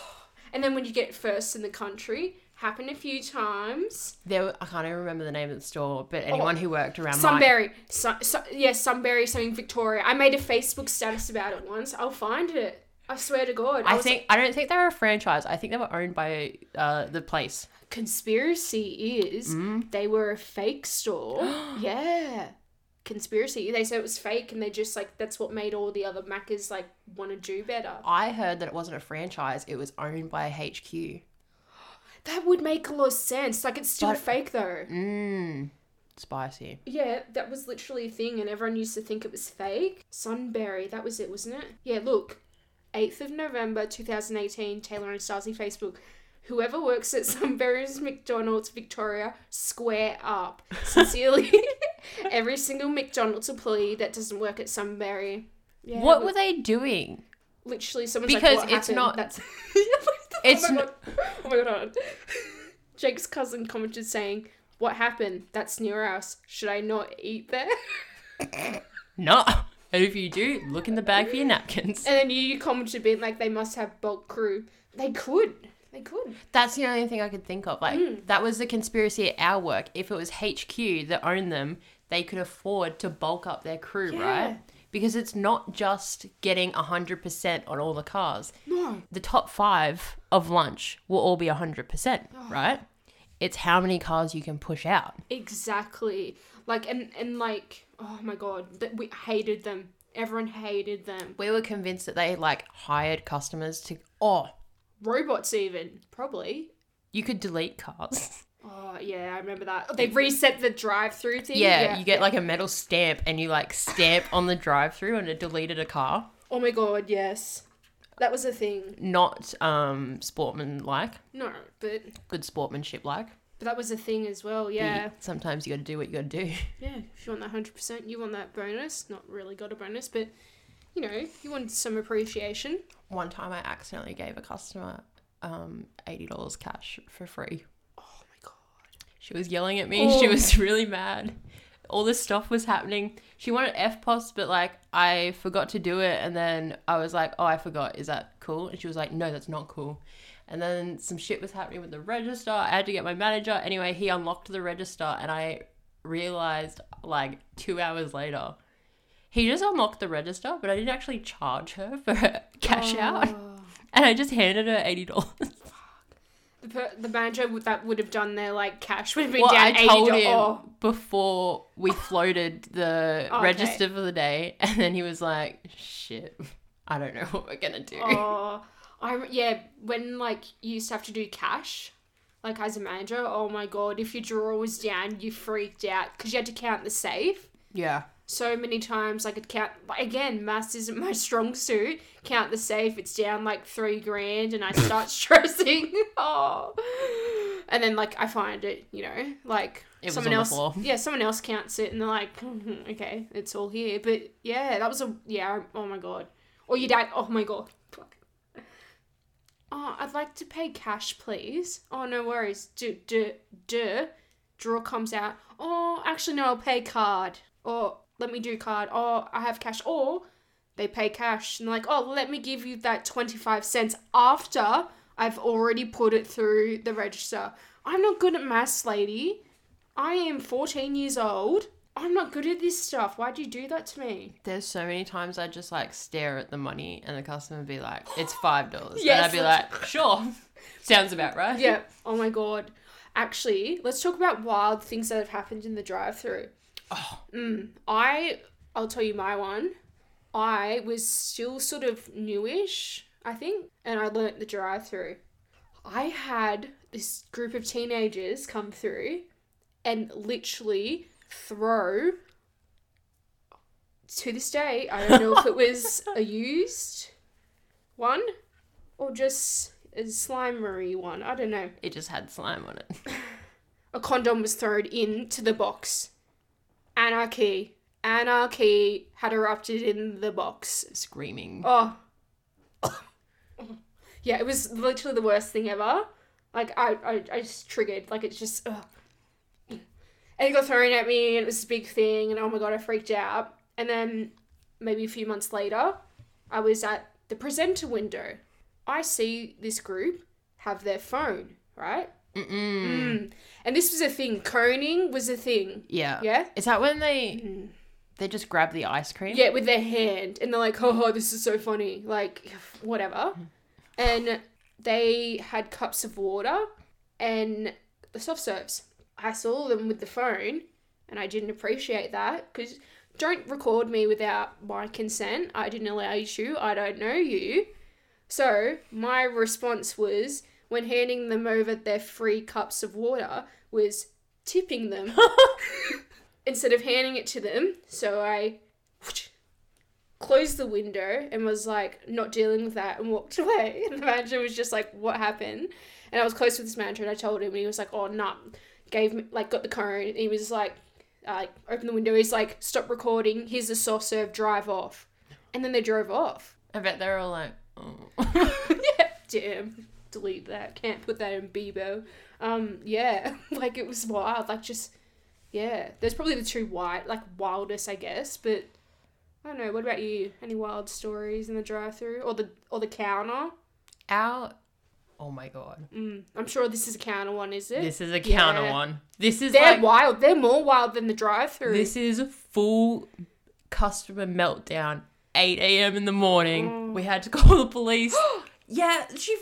And then when you get first in the country, happened a few times.
There, were, I can't even remember the name of the store,
Oh,
but anyone who worked around my
Sunbury, sun, sun, yeah, Sunbury, something Victoria. I made a Facebook status about it once. I'll find it. I swear to God.
I
was
think I don't think they were a franchise. I think they were owned by uh, the place.
like, conspiracy is they were a fake store. yeah, conspiracy. They said it was fake, and they just like that's what made all the other Maccas like want to do better.
I heard that it wasn't a franchise; it was owned by HQ.
That would make a lot of sense. Like it's still
But-
fake though.
Mmm, spicy.
Yeah, that was literally a thing, and everyone used to think it was fake. Sunbury, that was it, wasn't it? Yeah, look. 8th of November 2018, Taylor and Stasi Facebook. Whoever works at Sunbury's McDonald's Victoria, square up. Sincerely, every single McDonald's employee that doesn't work at Sunbury. Yeah,
what
but
were they doing?
literally someone's
Because
like, what
it's
happened?
not-
That's
It's
oh my
n-
god. Oh my god. Jake's cousin commented saying, "What happened? That's near us. Should I not eat there?"
No. And if you do, look in the bag for your napkins.
And then you, you commented being like, "They must have bulk crew. They could. They could.
That's the only thing I could think of. Like, that was the conspiracy at our work. If it was HQ that owned them, they could afford to bulk up their crew,
Yeah.
right? Because it's not just getting 100% on all the cars.
No.
The top five of lunch will all be 100%, right? It's how many cars you can push out.
Exactly. Like and and like, oh my god, that we hated them. Everyone hated them.
We were convinced that they like hired customers to, oh,
Robots even probably.
you could delete cars.
Oh yeah, I remember that. They reset the drive-through thing.
Yeah, you get like a metal stamp and you like stamp on the drive through and it deleted a car.
Oh my god, yes. That was a thing.
Not um sportman like,
No, but
good sportsmanship like.
but that was a thing as well. Yeah.
Sometimes you gotta do what you gotta do.
Yeah, if you want that hundred percent, you want that bonus. Not really got a bonus, but you know, you want some appreciation.
One time I accidentally gave a customer um eighty dollars cash for free.
Oh my god.
She was yelling at me, she
Oh.
was really mad. All this stuff was happening. She wanted FPOS, but like I forgot to do it. And then I was like, oh, I forgot. Is that cool? And she was like, no, that's not cool. And then some shit was happening with the register. I had to get my manager. Anyway, he unlocked the register and I realized like two hours later, he just unlocked the register, but I didn't actually charge her for her cash out.
Oh.
And I just handed her $80.
The, per- the manager would, that would have done their like cash would have been
Well,
down
I told
eighty oh,
him
dollars.
before we floated the
Oh, okay.
register for the day, and then he was like, "Shit, I don't know what we're gonna do."
Oh, I re- yeah. When like you used to have to do cash, like as a manager, oh my god, if your drawer was down, you freaked out because you had to count the safe
Yeah,
so many times. I could count like, again. Maths isn't my strong suit. Count the safe; it's down like three grand, and I start stressing. oh, and then like I find it, you know, like
It was
someone
on the
else.
floor.
Yeah, someone else counts it, and they're like, "Mhm, okay, it's all here. But yeah, that was a yeah. Oh my god. Or your dad. Oh my god. Fuck. Oh, I'd like to pay cash, please. Oh, no worries. Do do do. Draw comes out. Oh, actually, no, I'll pay card. Or let me do card. Or I have cash. Or they pay cash and like, oh, let me give you that twenty five cents after I've already put it through the register. I'm not good at maths, lady. I am fourteen years old. I'm not good at this stuff. Why'd you do that to me?
there's so many times I just like stare at the money, and the customer would be like, "It's five dollars," and
Yes.
I'd be like, "Sure, sounds about right."
Yeah. Oh my god. Actually, let's talk about wild things that have happened in the drive-through. Oh. Mm, I I'll tell you my one. I was still sort of newish, I think, and I learnt the drive-through. I had this group of teenagers come through and literally throw to this day, I don't know if it was a used one or just a slimery one. I don't know.
It just had slime on it.
A condom was thrown into the box. Anarchy. Anarchy had erupted in the box.
Screaming.
Oh. yeah, it was literally the worst thing ever. Like, I, I, I just triggered. Like, it's just. Ugh. And it got thrown at me, and it was this big thing, and oh my god, I freaked out. And then maybe a few months later, I was at the presenter window. I see this group have their phone, right?
Mm-mm.
Mm. And this was a thing. Coning was a thing.
Yeah.
Yeah? Mm.
Is that when they they just grab the ice cream?
Yeah, with their hand, and they're like, "Oh, this is so funny," like whatever. And they had cups of water and the soft serves. I saw them with the phone, and I didn't appreciate that because don't record me without my consent. I didn't allow you to. I don't know you. So my response was when handing them over their free cups of water was tipping them instead of handing it to them. So I closed the window and was like not dealing with that and walked away. And the manager was just like, "What happened?" And I was close with this manager and I told him and he was like, "Oh, nah." Gave me like got the cone. And he was like, uh, "Open the window." He's like, "Stop recording." Here's the soft serve. Drive off. And then they drove off.
I bet they're all like, "Oh."
yeah, damn. Delete that. Can't put that in Bebo. Um, yeah, like it was wild. Like just, yeah. There's probably the two wild, like wildest, I guess. But I don't know. What about you? Any wild stories in the drive-through or the or the counter?
Out. Oh my god.
Mm, I'm sure this is a counter one, is it?
This is a counter
Yeah.
one. This is
They're
like
wild. They're more wild than the drive-through.
this is full customer meltdown. 8 a.m. in the morning. We had to call the police. Mm. yeah, she.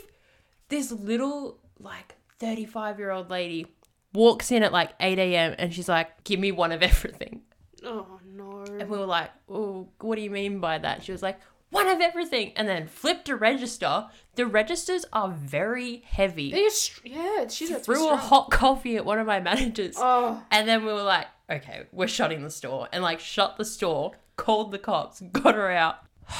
This little like 35 year old lady walks in at like 8 a.m. and she's like, "Give me one of everything."
oh no.
And we were like, oh, what do you mean by that? She was like, one of everything. And then flipped a register. The registers are very heavy.
They're str- yeah. She's a
Threw a hot coffee at one of my managers.
Oh,
And then we were like, okay, we're shutting the store. And like, shut the store, called the cops, got her out.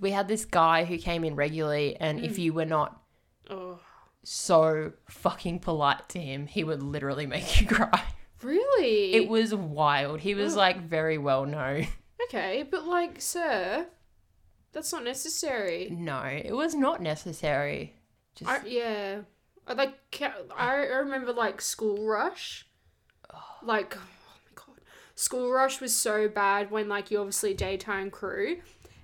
we had this guy who came in regularly, and if you were not
oh.
so fucking polite to him, he would literally make you cry.
Really?
It was wild. He was like very well known.
okay, but like, sir, that's not necessary.
No, it was not necessary. Just
I, yeah, I like ca- I I remember like school rush, like oh my god, school rush was so bad when like you obviously a daytime crew,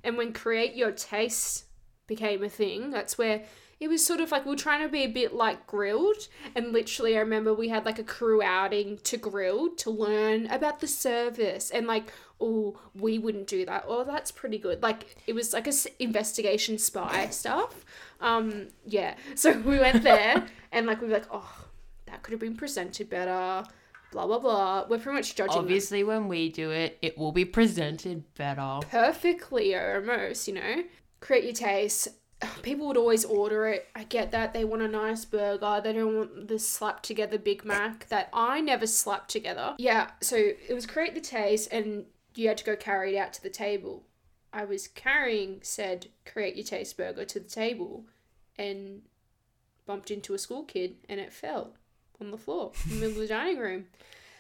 and when create your taste became a thing. That's where it was sort of like we are trying to be a bit like grilled and literally i remember we had like a crew outing to grill to learn about the service and like oh we wouldn't do that oh that's pretty good like it was like a s- investigation spy stuff um yeah so we went there and like we were like oh that could have been presented better blah blah blah we're pretty much judging them
Obviously, when we do it, it will be presented better.
perfectly almost, you know. Create your taste. People would always order it. I get that. They want a nice burger. They don't want the slapped together Big Mac that I never slapped together. Yeah, so it was create the taste and you had to go carry it out to the table. I was carrying said create your taste burger to the table and bumped into a school kid and it fell on the floor in the middle of the dining room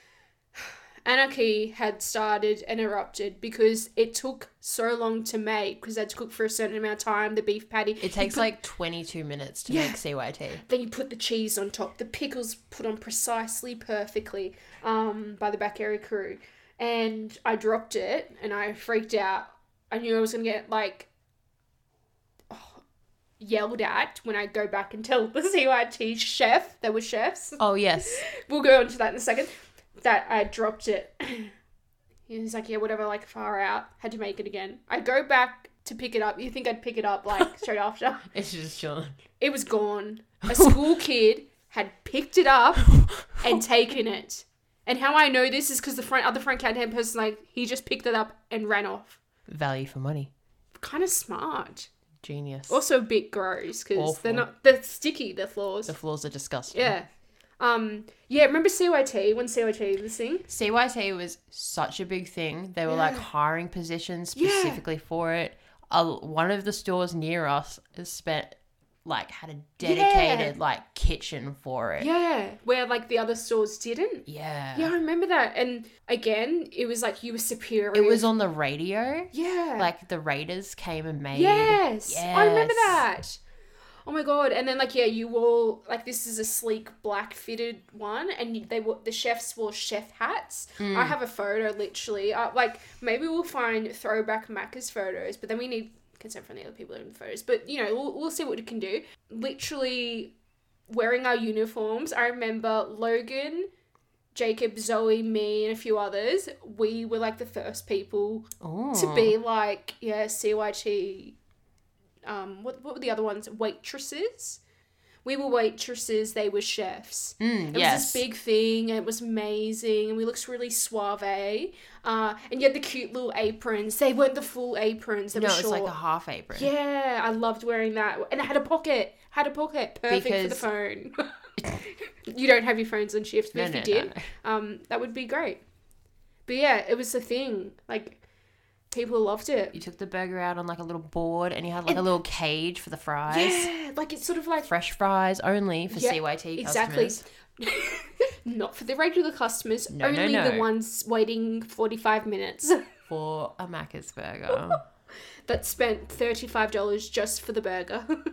anarchy had started and erupted because it took so long to make because they had to cook for a certain amount of time the beef patty
It takes like 22 minutes to
Yeah.
make CYT.
then you put the cheese on top the pickles put on precisely perfectly um, by the back area crew and i dropped it and i freaked out i knew i was going to get like oh, yelled at when i go back and tell the cyt chef there were chefs
Oh, yes.
we'll go on to that in a second. That I dropped it. he was like, yeah, whatever, like far out. Had to make it again. I go back to pick it up. You think I'd pick it up like straight after?
It's just John.
It was gone. A school kid had picked it up and taken it. And how I know this is because the front other front canteen person like he just picked it up and ran off.
Value for money.
Kind of smart.
Genius.
Also a bit gross because
Awful.
they're not they're sticky. Their floors.
the floors are disgusting.
Yeah. Um. Yeah. Remember CYT when CYT was thing.
CYT was such a big thing. They were like hiring positions
Yeah.
specifically for it. A, one of the stores near us has spent like had a dedicated like kitchen for it.
Yeah, where like the other stores didn't.
Yeah.
Yeah, I remember that. And again, it was like you were superior.
It was on the radio.
yeah,
Like the Raiders came and made.
yes, I remember
Yes.
that. Oh my god! And then like yeah, you all like this is a sleek black fitted one, and you- they wore the chefs wore chef hats. I have a photo literally. Uh, like maybe we'll find throwback Macca's photos, but then we need consent from the other people in the photos. But you know, we'll, we'll see what it can do. Literally, wearing our uniforms, I remember Logan, Jacob, Zoe, me, and a few others. We were like the first people
Ooh.
to be like, yeah, CYT. Um, what what were the other ones? Waitresses. We were waitresses. They were chefs.
Mm,
It was
yes.
this big thing, and it was amazing, and we looked really suave. Uh, and you had the cute little aprons. They weren't the full aprons. They
no,
were
it's
short.
like a half apron.
Yeah, I loved wearing that, and it had a pocket. Had a pocket, perfect
Because-
for the phone. you don't have your phones on shifts, but
No,
if
no,
you
no,
did, um, that would be great. But yeah, it was a thing. Like people loved
You
it.
took the burger out on like a little board and you had like a little cage for the fries.
Yeah, like it's sort of like
Fresh fries only for
Yeah,
CYT
exactly.
customers.
Not for the regular customers,
No, no,
only the
no.
ones waiting forty-five minutes
For a Macca's burger.
that spent thirty-five dollars just for the burger.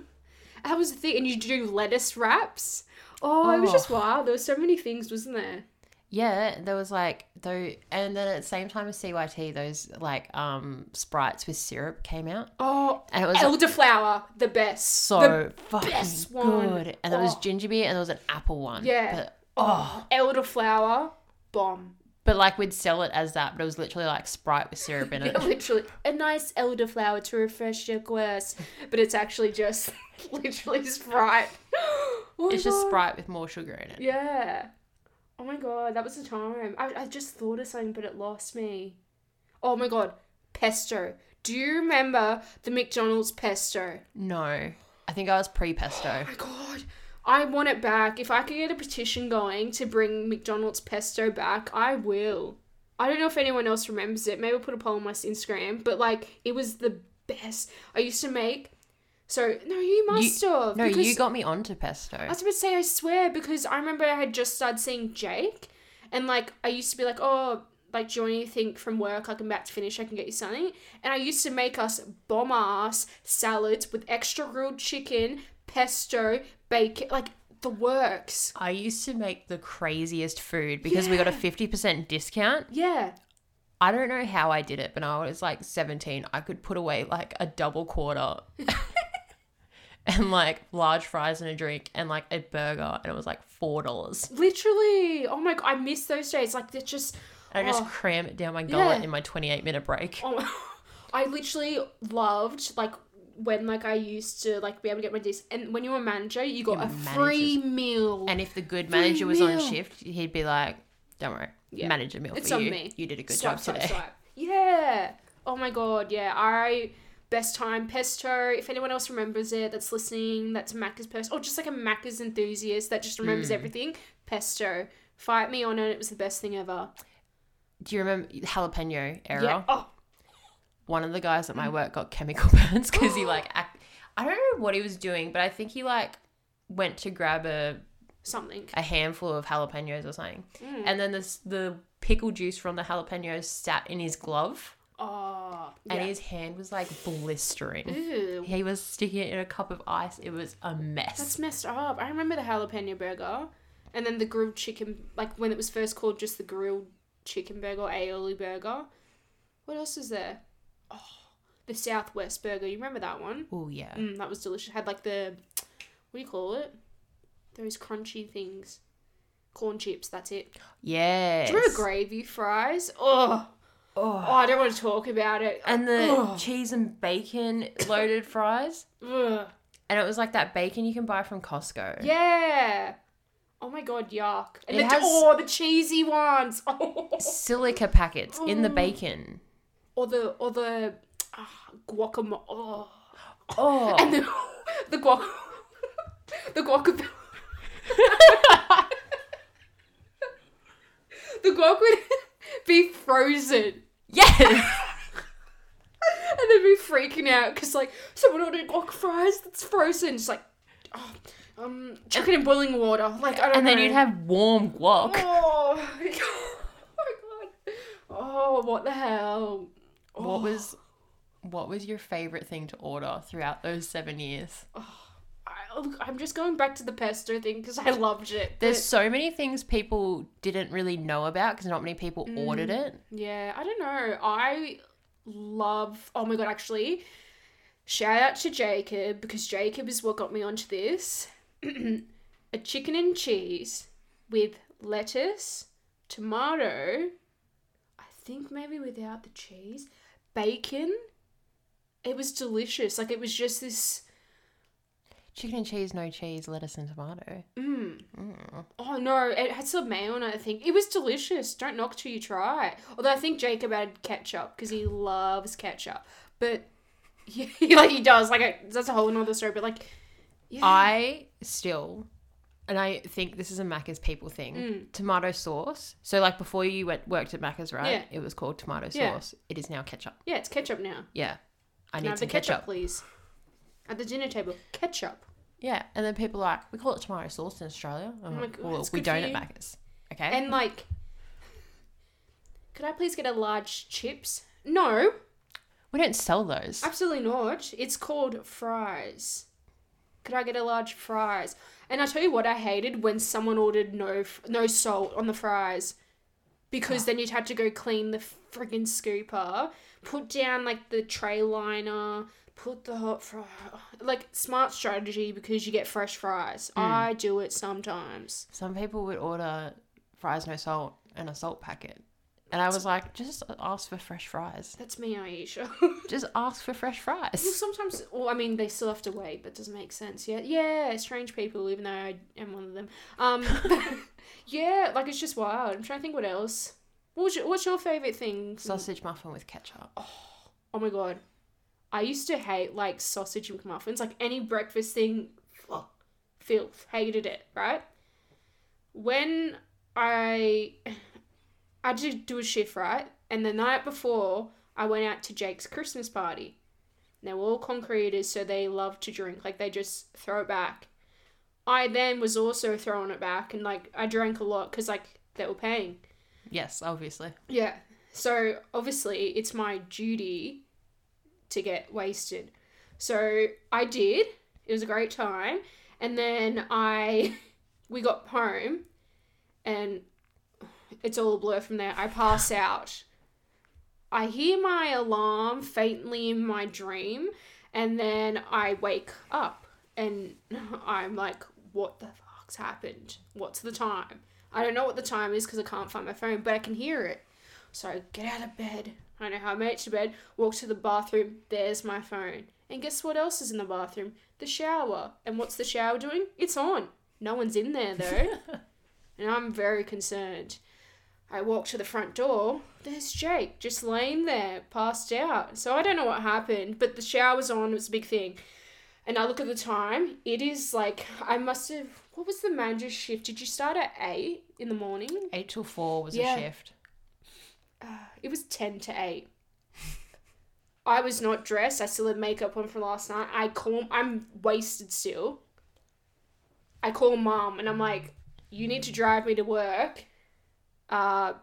that was the thing, and you do lettuce wraps. Oh, it was
Oh.
just wild. There were so many things, wasn't there?
Yeah, there was like though, and then at the same time as CYT, those like um sprites with syrup came out,
Oh,
and it was like,
elderflower, the best. The
so
best
fucking
one.
good. And there was
Oh.
ginger beer, and there was an apple one.
Yeah.
but,
oh, elderflower bomb.
but like we'd sell it as that, but it was literally like Sprite with syrup in it.
literally a nice elderflower to refresh your glass, but it's actually just literally Sprite. Oh
It's
my
just
God.
Sprite with more sugar in it.
Yeah. Oh my god, that was the time. I, I just thought of something, but it lost me. Oh my god, pesto. Do you remember the McDonald's pesto?
No, I think I was pre pesto.
my god. I want it back. If I could get a petition going to bring McDonald's pesto back, I will. I don't know if anyone else remembers it. Maybe I'll put a poll on my Instagram, but like it was the best. I used to make so no, you must have.
No,
because
you got me onto pesto.
I was about to say I swear because I remember I had just started seeing Jake and like I used to be like, Oh, like do you want anything from work? Like I'm about to finish, I can get you something. And I used to make us bomb ass salads with extra grilled chicken, pesto, bacon like the works.
I used to make the craziest food because we got a
Yeah.
50% discount.
Yeah.
I don't know how I did it, but I was like 17. I could put away like a double quarter and like large fries and a drink and like a burger and it was like four dollars.
Literally. Oh my god, I miss those days. Like it's just
And I just
Oh.
cram it down my gullet
Yeah.
in my twenty eight minute break.
oh my, I literally loved like when like I used to like be able to get my dis and when you were a manager, you got
Yeah,
a free meal.
And if the good
Free
manager was on
meal.
shift, he'd be like, Don't worry,
Yeah.
manage a meal
It's
for
on
you.
me.
You did a good
Swipe,
job
swipe,
today.
swipe. Yeah. Oh my god, yeah. I best time pesto. If anyone else remembers it that's listening, that's a Macca's person or just like a Macca's enthusiast that just
Hmm.
remembers everything, pesto. Fight me on it, it was the best thing ever.
Do you remember jalapeno era?
Yeah. Oh,
one of the guys at
Mm.
my work got chemical burns because he like act- I don't know what he was doing, but I think he like went to grab a,
something.
a handful of jalapenos or something,
Mm.
and then this the pickle juice from the jalapenos sat in his glove,
Oh.
and
yeah.
his hand was like blistering.
Ew.
He was sticking it in a cup of ice. It was a mess.
That's messed up. I remember the jalapeno burger, and then the grilled chicken, like when it was first called just the grilled chicken burger, aioli burger. What else is there? Oh, the Southwest burger. You remember that one?
Oh yeah,
Mm, that was delicious. Had like the, what do you call it? Those crunchy things, corn chips. That's it.
yeah.
Do you remember gravy fries? Oh, oh, I don't want to talk about it.
And the
Ugh.
cheese and bacon loaded fries,
Ugh.
and it was like that bacon you can buy from Costco.
Yeah. Oh my god, yuck. And
It
the,
has-
oh, the cheesy ones. Oh.
Silica packets in the
Oh.
bacon.
Or the or the ah, guacamole. Oh.
Oh,
And the the guac the guacamole. the guac would be frozen.
Yes.
And they'd be freaking out because like someone ordered guac fries that's frozen. It's like oh, um chicken in boiling water. Like I don't
and
know.
then you'd have warm guac.
Oh, oh my god. Oh, what the hell? Oh,
What was what was your favorite thing to order throughout those 7 years?
I, look, I'm just going back to the pesto thing because I loved it. but-
There's so many things people didn't really know about cuz not many people ordered it.
yeah, I don't know. I love. Oh my god, actually, shout out to Jacob because Jacob is what got me onto this. A chicken and cheese with lettuce, tomato. I think maybe without the cheese, bacon. It was delicious. Like it was just this.
Chicken and cheese, no cheese, lettuce and tomato.
Mm. Oh no, it had some mayo on it, I think. It was delicious. Don't knock till you try. Although I think Jacob had ketchup because he loves ketchup. But yeah, like he does. Like I, that's a whole another story. But like, yeah,
I still and I think this is a Macca's people thing. Tomato sauce. So like before you went worked at Macca's, right?
Yeah.
It was called tomato
Yeah.
sauce. It is now ketchup.
yeah, it's ketchup now.
Yeah. I
Can I
need
have the
some
ketchup,
ketchup.
please? At the dinner table, ketchup.
Yeah, and then people are like, we call it tomato sauce in Australia. I'm
Oh my
like,
God,
well,
it's
we
good for
don't at
you."
Macca's. Okay.
And like, could I please get a large chips? No,
we don't sell those.
Absolutely not. It's called fries. Could I get a large fries? And I tell you what, I hated when someone ordered no f- no salt on the fries, because then you'd have to go clean the friggin' scooper, put down like the tray liner, put the hot fry. Like smart strategy because you get fresh fries. I do it sometimes.
Some people would order fries no salt and a salt packet. And I was like, just ask for fresh fries.
That's me, Aisha.
Just ask for fresh
Well,
fries.
sometimes, well, I mean, they still have to wait. That doesn't make sense. Yeah, yeah, strange people. Even though I am one of them. Um, yeah, like it's just wild. I'm trying to think what else. What was your, what's your favorite thing?
Sausage muffin with ketchup.
Oh my god, I used to hate like sausage McMuffins, like any breakfast thing. Ugh, filth, hated it. Right. When I I did do a shift right, and the night before I went out to Jake's Christmas party. They were all concreters, so they love to drink. Like they just throw it back. I then was also throwing it back, and like I drank a lot because like they were paying.
Yes, obviously.
Yeah. So obviously, it's my duty to get wasted. So I did. It was a great time. And then I, we got home, and it's all a blur from there. I pass out. I hear my alarm faintly in my dream, and then I wake up. and I'm like, what the fuck's happened? What's the time? I don't know what the time is because I can't find my phone, but I can hear it. So I get out of bed. I know how I made it to bed. Walk to the bathroom. There's my phone. And guess what else is in the bathroom? The shower. And what's the shower doing? It's on. No one's in there though. and I'm very concerned. I walk to the front door. There's Jake just laying there, passed out. So I don't know what happened, but the shower's on. It's a big thing. And I look at the time. It is like I must have. What was the manager's shift? Did you start at eight in the morning?
Eight till four was
Yeah.
a shift.
It was ten to eight. I was not dressed. I still had makeup on from last night. I call. I'm wasted still. I call mom and I'm like, "You need to drive me to work, uh,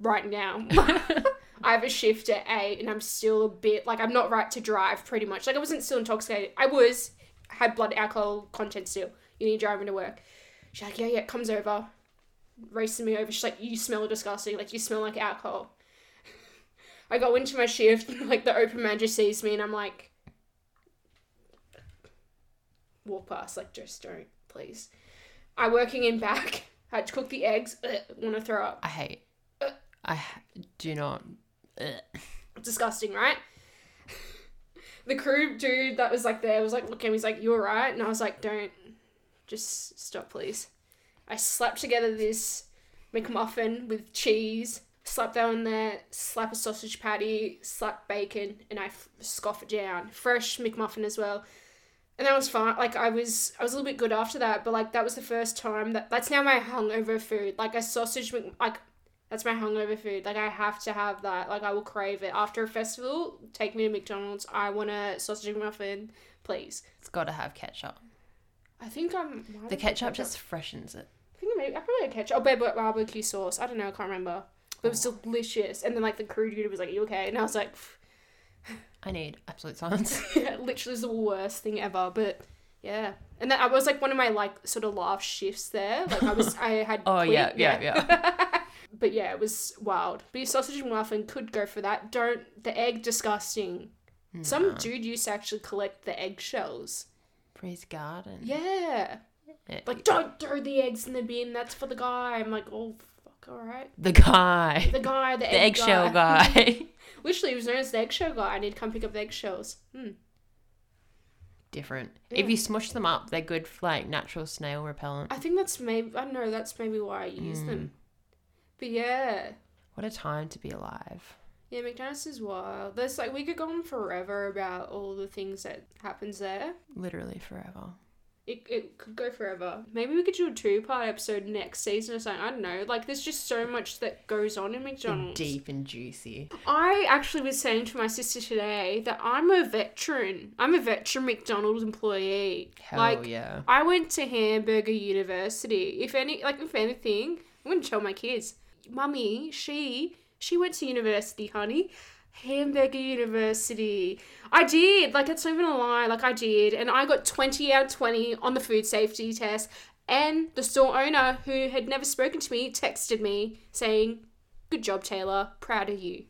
right now." I have a shift at eight, and I'm still a bit like I'm not right to drive. Pretty much, like I wasn't still intoxicated. I was had blood alcohol content still. You need to drive me to work. She's like, yeah, yeah. Comes over, racing me over. She's like, you smell disgusting. Like you smell like alcohol. I go into my shift, like the open manager sees me, and I'm like, walk past, like just don't, please. I working in back. I had to cook the eggs. Want to throw up.
I hate. I h- do not. Ugh.
disgusting, right? the crew dude that was like there was like, look, and he's like, you're right. And I was like, don't, just stop, please. I slapped together this McMuffin with cheese, slap that on there, slap a sausage patty, slap bacon, and I f- scoff it down. Fresh McMuffin as well. And that was fine. Like I was, I was a little bit good after that, but like that was the first time that that's now my hungover food. Like a sausage, Mc- like that's my hungover food. Like I have to have that. Like I will crave it after a festival. Take me to McDonald's. I want a sausage muffin, please.
It's got to have ketchup.
I think I'm might
The
have
ketchup just freshens it.
I think maybe I probably had ketchup. Oh, bar- barbecue sauce. I don't know. I can't remember. But it
Oh.
was delicious. And then like the crew dude was like, "You okay?" And I was like, "Pff,
I need absolute silence.
yeah, "Literally, is the worst thing ever." But yeah. And then I was like one of my like sort of last shifts there. Like I was, I had.
Oh
quit,
yeah, yeah, yeah.
But yeah, it was wild. But your sausage and muffin could go for that. Don't the egg disgusting. Some dude used to actually collect the eggshells.
Breeze garden.
Yeah.
Mm. Yeah.
Like don't throw the eggs in the bin, that's for the guy. I'm like, oh fuck, alright.
the guy.
The guy, the,
The
egg
eggshell guy.
Literally he was known as the eggshell guy and he'd come pick up the eggshells. Hmm.
Different.
Yeah.
If you smush them up, they're good for like natural snail repellent.
I think that's maybe I don't know, that's maybe why I use
Hmm.
them. But yeah.
What a time to be alive.
Yeah, McDonald's is wild. There's like we could go on forever about all the things that happens there.
Literally forever.
It, it could go forever. Maybe we could do a two part episode next season or something. I don't know. Like, there's just so much that goes on in McDonald's.
Deep and juicy.
I actually was saying to my sister today that I'm a veteran. I'm a veteran McDonald's employee.
Hell
like,
yeah.
I went to Hamburger University. If any, like, if anything, I'm gonna tell my kids, mummy, she, she went to university, honey. Hamburger University. I did. Like, it's not even a lie. Like, I did. And I got 20 out of 20 on the food safety test. And the store owner, who had never spoken to me, texted me saying, Good job, Taylor. Proud of you.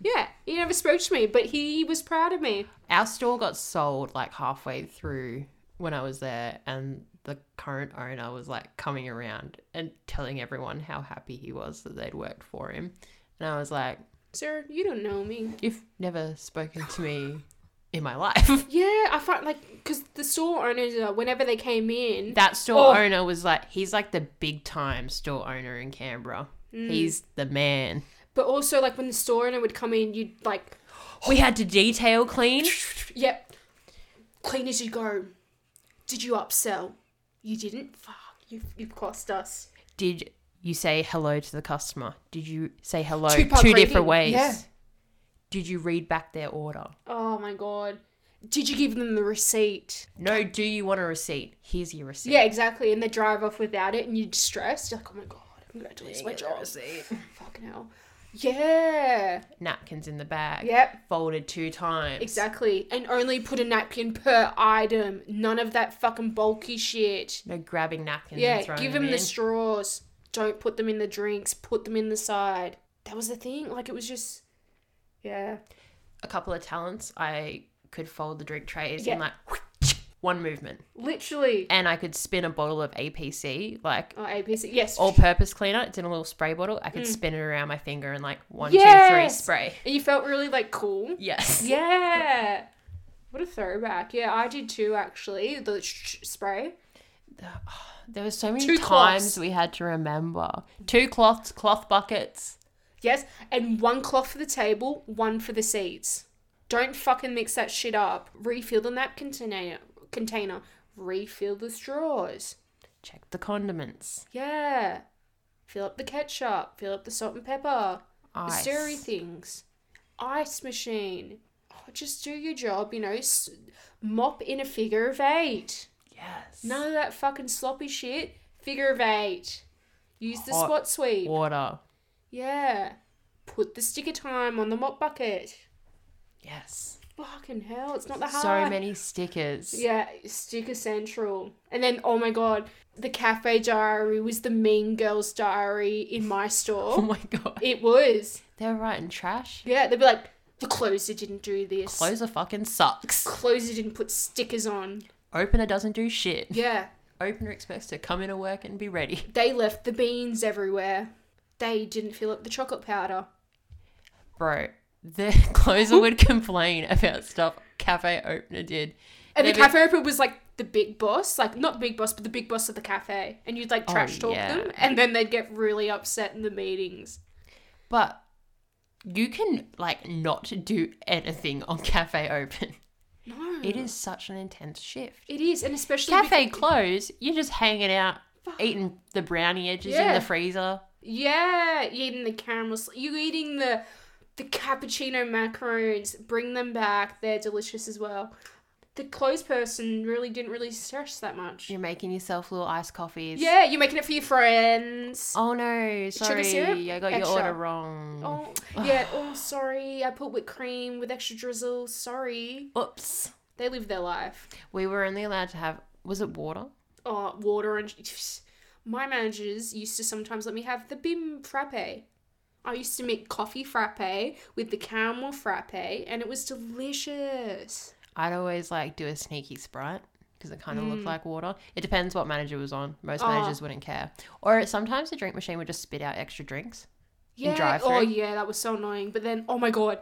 Yeah, he never spoke to me, but he was proud of me.
Our store got sold like halfway through when I was there, and the current owner was like coming around and telling everyone how happy he was that they'd worked for him. And I was like,
Sir, you don't know me.
You've never spoken to me in my life.
Yeah, I find like because the store owners, uh, whenever they came in,
That store
Oh.
owner was like, he's like the big time store owner in Canberra.
Mm.
He's the man.
but also like when the store owner would come in, you'd like,
We had to detail clean.
yep, clean as you go. Did you upsell? You didn't. Fuck, you you've cost us.
Did you say hello to the customer? Did you say hello two,
Two-part greeting,
different ways?
yeah.
Did you read back their order?
Oh my god. Did you give them the receipt?
No, do you want a receipt? Here's your receipt.
Yeah, exactly. And they drive off without it, and you're stressed. You're like, oh my god, I'm going to lose my
Here's your
job.
receipt.
Fucking hell. Yeah.
Napkins in the bag.
Yep.
Folded two times.
Exactly. And only put a napkin per item. None of that fucking bulky shit.
No grabbing napkins. and
Yeah,
throwing
give them the
in.
straws. Don't put them in the drinks. Put them in the side. That was the thing. Like, it was just. Yeah.
a couple of talents. I could fold the drink trays
Yeah.
and like one movement.
Literally.
And I could spin a bottle of APC, like
Oh, APC. Yes.
all purpose cleaner. It's in a little spray bottle. I could spin it around my finger and like one, two, three,
Mm. Yes!
spray.
And you felt really like cool.
Yes.
Yeah. What a throwback. Yeah, I did too, actually. The sh- sh- spray.
There were so many
Two
times
cloths.
we had to remember. Two cloths, cloth buckets.
Yes. And one cloth for the table, one for the seats. Don't fucking mix that shit up. Refill the napkin container. container. Refill the straws.
Check the condiments.
Yeah. Fill up the ketchup. Fill up the salt and pepper. The
Ice.
stirry things. Ice machine. Oh, just do your job, you know. S- mop in a figure of eight.
Yes.
None of that fucking sloppy shit. Figure of eight. Use the
Hot
spot sweep.
Water.
Yeah. Put the sticker time on the mop bucket.
Yes.
Fucking hell, it's not that
So
hard.
many stickers.
Yeah, sticker central. And then, oh my god, the cafe diary was the mean girl's diary in my
Oh
store.
my god.
it was.
They were writing trash.
Yeah, they'd be like, the closer didn't do this.
Closer fucking sucks.
closer didn't put stickers on.
Opener doesn't do shit.
Yeah.
Opener expects to come into work and be ready.
They left the beans everywhere. They didn't fill up the chocolate powder.
Bro, the closer would complain about stuff cafe opener did.
And
They'd
the
be-
cafe opener was like the big boss, like not big boss, but the big boss of the cafe. And you'd like
Oh,
trash talk
yeah.
them, and then they'd get really upset in the meetings.
But you can like not do anything on cafe open.
No,
It is such an intense shift.
it is, and especially
Cafe
because-
close, you're just hanging out, eating the brownie edges in
Yeah.
the freezer.
yeah, you're eating the caramel, sl- you eating the the cappuccino macaroons. Bring them back; they're delicious as well. The clothes person really didn't really stress that much.
You're making yourself little iced coffees.
Yeah, you're making it for your friends.
Oh no,
Sugar
sorry,
syrup?
I got your
Extra.
order wrong.
Oh, yeah. Oh, sorry. I put whipped cream with extra drizzle. Sorry.
Oops.
They live their life.
We were only allowed to have was it water?
Oh, water and. My managers used to sometimes let me have the bim frappe. I used to make coffee frappe with the caramel frappe, and it was delicious.
I'd always like do a sneaky sprite because it kind of looked like water. It depends what manager was on. Most managers wouldn't care. Or sometimes the drink machine would just spit out extra drinks.
Yeah.
drive-thru?
oh, yeah. That was so annoying. But then, oh my god,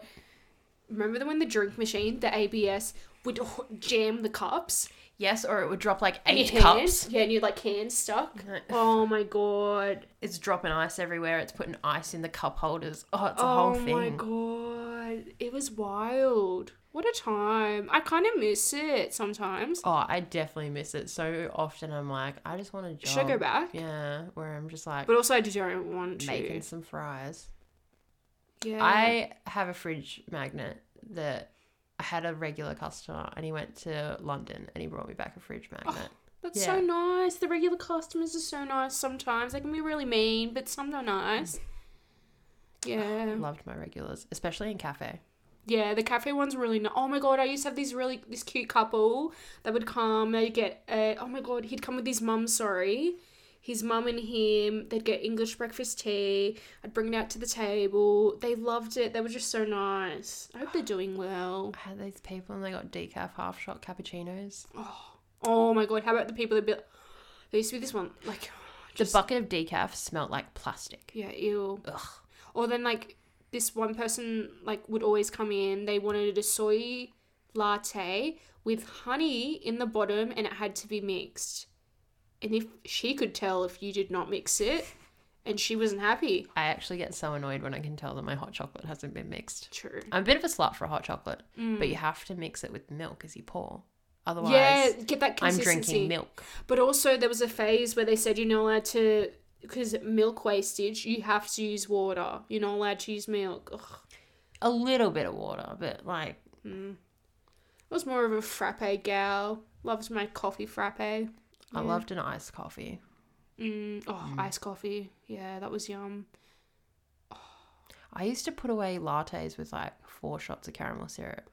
remember when the drink machine, the ABS, would jam the cups?
Yes, or it would drop like
And
eight
your hand-
cups.
Yeah, and you're like hand stuck. oh my god.
It's dropping ice everywhere. It's putting ice in the cup holders. Oh, it's a
oh
whole thing.
my god. It was wild. What a time. I kind of miss it sometimes.
Oh, I definitely miss it so often. I'm like, I just want a job.
Should I go back?
Oh, Yeah, where I'm just like
But also, I don't want to.
making some fries.
yeah.
I have a fridge magnet that I had a regular customer and he went to London and he brought me back a fridge magnet.
That's
yeah.
so nice. The regular customers are so nice sometimes. They can be really mean, but some are nice. Yeah.
Loved my regulars, especially in cafe.
Yeah, the cafe one's really nice. Oh my god, I used to have these really this cute couple that would come. They'd get a, oh my god, he'd come with his mum. Sorry, his mum and him. They'd get English breakfast tea. I'd bring it out to the table. They loved it. They were just so nice. I hope they're doing well.
I had these people and they got decaf half shot cappuccinos.
Oh my god, how about the people that built? There used to be this one like just
the bucket of decaf smelt like plastic.
yeah ew.
Ugh.
Or then like this one person like would always come in. They wanted a soy latte with honey in the bottom, and it had to be mixed. And if she could tell if you did not mix it, and she wasn't happy.
I actually get so annoyed when I can tell that my hot chocolate hasn't been mixed.
True.
I'm a bit of a slut for hot chocolate,
Mm.
but you have to mix it with milk as you pour. Otherwise,
Yeah, get that
I'm
consistency.
drinking milk.
But also, there was a phase where they said you're not allowed to, because milk wastage, you have to use water. You're not allowed to use milk. Ugh.
A little bit of water, but like
I was more of a frappe gal. Loved my coffee frappe.
I loved an iced coffee.
Mm, oh, iced coffee. Yeah, that was yum.
I used to put away lattes with like four shots of caramel syrup.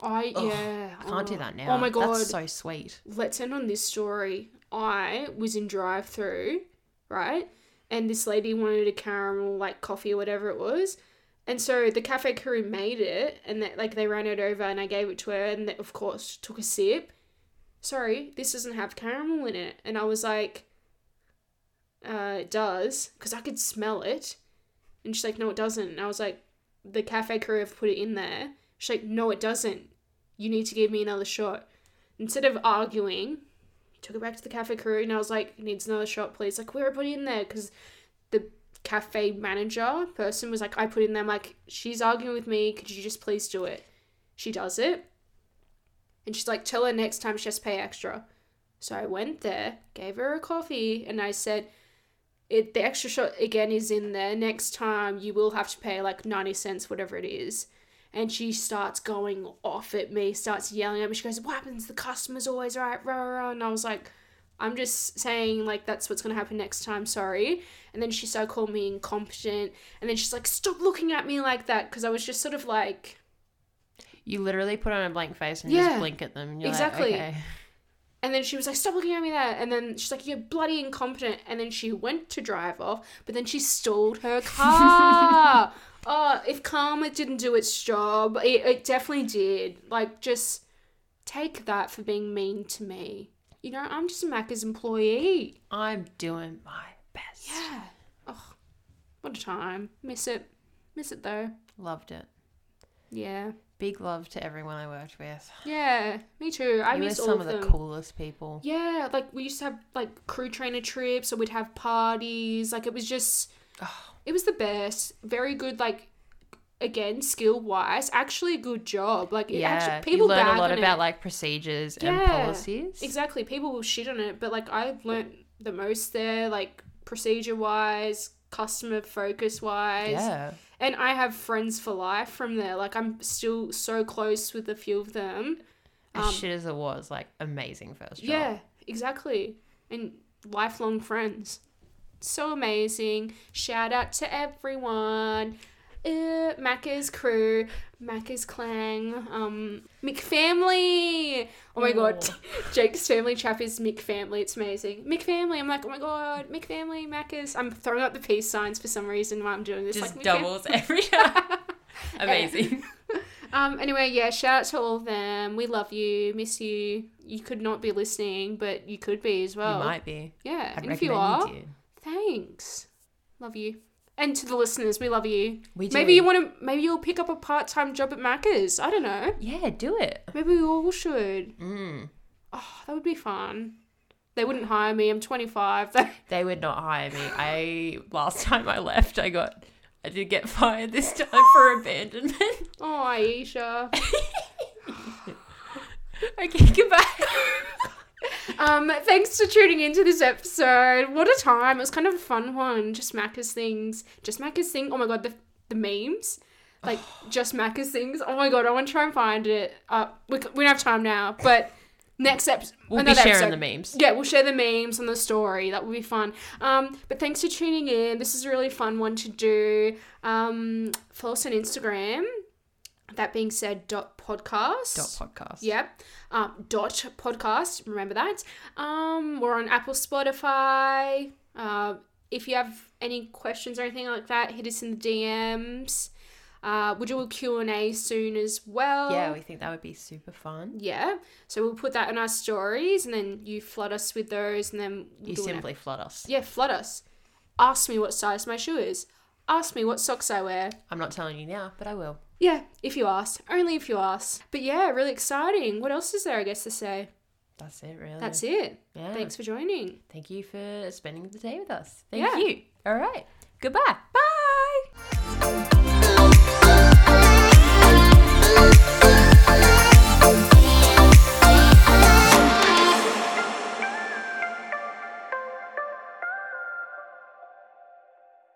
I yeah.
I can't do
oh.
that now.
Oh my god.
That's so sweet.
Let's end on this story. I was in drive through, right? And this lady wanted a caramel like coffee or whatever it was. And so the cafe crew made it and that like they ran it over and I gave it to her and that, of course took a sip. sorry, this doesn't have caramel in it. And I was like, uh, it does, because I could smell it. And she's like, no, it doesn't. And I was like, the cafe crew have put it in there. She's like, no, it doesn't. You need to give me another shot. Instead of arguing, took it back to the cafe crew and I was like, needs another shot, please. Like, where I put it in there because the cafe manager person was like, I put it in there. I'm like, she's arguing with me. Could you just please do it? She does it. And she's like, tell her next time she has to pay extra. So I went there, gave her a coffee, and I said, it the extra shot again is in there. Next time you will have to pay like 90 cents, whatever it is. And she starts going off at me, starts yelling at me. She goes, What happens? The customer's always right, rah, rah, rah. And I was like, I'm just saying, like, that's what's going to happen next time, sorry. And then she started calling me incompetent. And then she's like, Stop looking at me like that. Because I was just sort of like,
You literally put on a blank face and
Yeah.
just blink at them. and you're like,
Exactly.
"Okay."
And then she was like, Stop looking at me there. And then she's like, You're bloody incompetent. And then she went to drive off, but then she stalled her car. oh, if karma didn't do its job, it, it definitely did. Like, just take that for being mean to me. You know, I'm just a Macca's employee.
I'm doing my best.
Yeah. Oh, what a time. Miss it. Miss it though.
Loved it.
Yeah.
Big love to everyone I worked with.
Yeah. Me too. I
you were
miss all
some
of
of the
them.
coolest people.
Yeah, like we used to have like crew trainer trips or we'd have parties. Like it was just it was the best. Very good like again, skill wise, actually a good job. Like it
Yeah,
actually people
you learn a
bag
lot
on
about
it.
like procedures and
Yeah,
policies.
Exactly. People will shit on it, but like I learnt the most there, like procedure wise, customer focus wise.
Yeah,
And I have friends for life from there. Like I'm still so close with a few of them.
as
Um,
shit as it was, like amazing first job.
Yeah, exactly. And lifelong friends. So amazing. Shout out to everyone. Uh, Macca's crew, Macca's clan, um, McFamily. Oh my god, Jake's family trap is McFamily. It's amazing. McFamily. I'm like, oh my god, McFamily, Macca's. I'm throwing up the peace signs for some reason while I'm doing this.
just
like, McFam-
doubles every time. amazing.
um, anyway, yeah, shout out to all of them. We love you, miss you. You could not be listening, but you could be as well.
you might be.
Yeah,
I'd
and
recommend
if Oh. you
you,
are,
do.
thanks. Love you. And to the listeners, we love you.
We do.
Maybe you want to. Maybe you'll pick up a part-time job at Macca's. I don't know.
Yeah, do it.
Maybe we all should.
Mm.
Oh, that would be fun. They wouldn't hire me. I'm 25. They-
They would not hire me. I last time I left, I got. I did get fired this time for abandonment.
oh, Aisha.
okay, goodbye.
um, thanks for tuning into this episode. What a time! It was kind of a fun one. Just Macca's things. Just Macca's thing. Oh my god, the the memes. Like just Macca's things. Oh my god, I want to try and find it. Uh, we, c- we don't have time now, but next episode.
We'll be sharing the memes.
Yeah, we'll share the memes and the story. That will be fun. Um, but thanks for tuning in. This is a really fun one to do. Um, follow us on Instagram. That being said, dot podcast.
Dot podcast.
Yep. Um, dot podcast. Remember that. Um, we're on Apple, Spotify. Uh, if you have any questions or anything like that, hit us in the DMs. Uh, we'll do a Q&A soon as well.
Yeah, we think that would be super fun.
Yeah. So we'll put that in our stories and then you flood us with those and then we'll
You
do an
simply flood us.
ep- Yeah, flood us. Ask me what size my shoe is. Ask me what socks I wear.
I'm not telling you now, but I will.
Yeah, if you ask. Only if you ask. But yeah, really exciting. What else is there, I guess, to say?
That's it, really.
That's it.
Yeah.
Thanks for joining.
Thank you for spending the day with us. Thank
Yeah.
you. All right. Goodbye. Bye.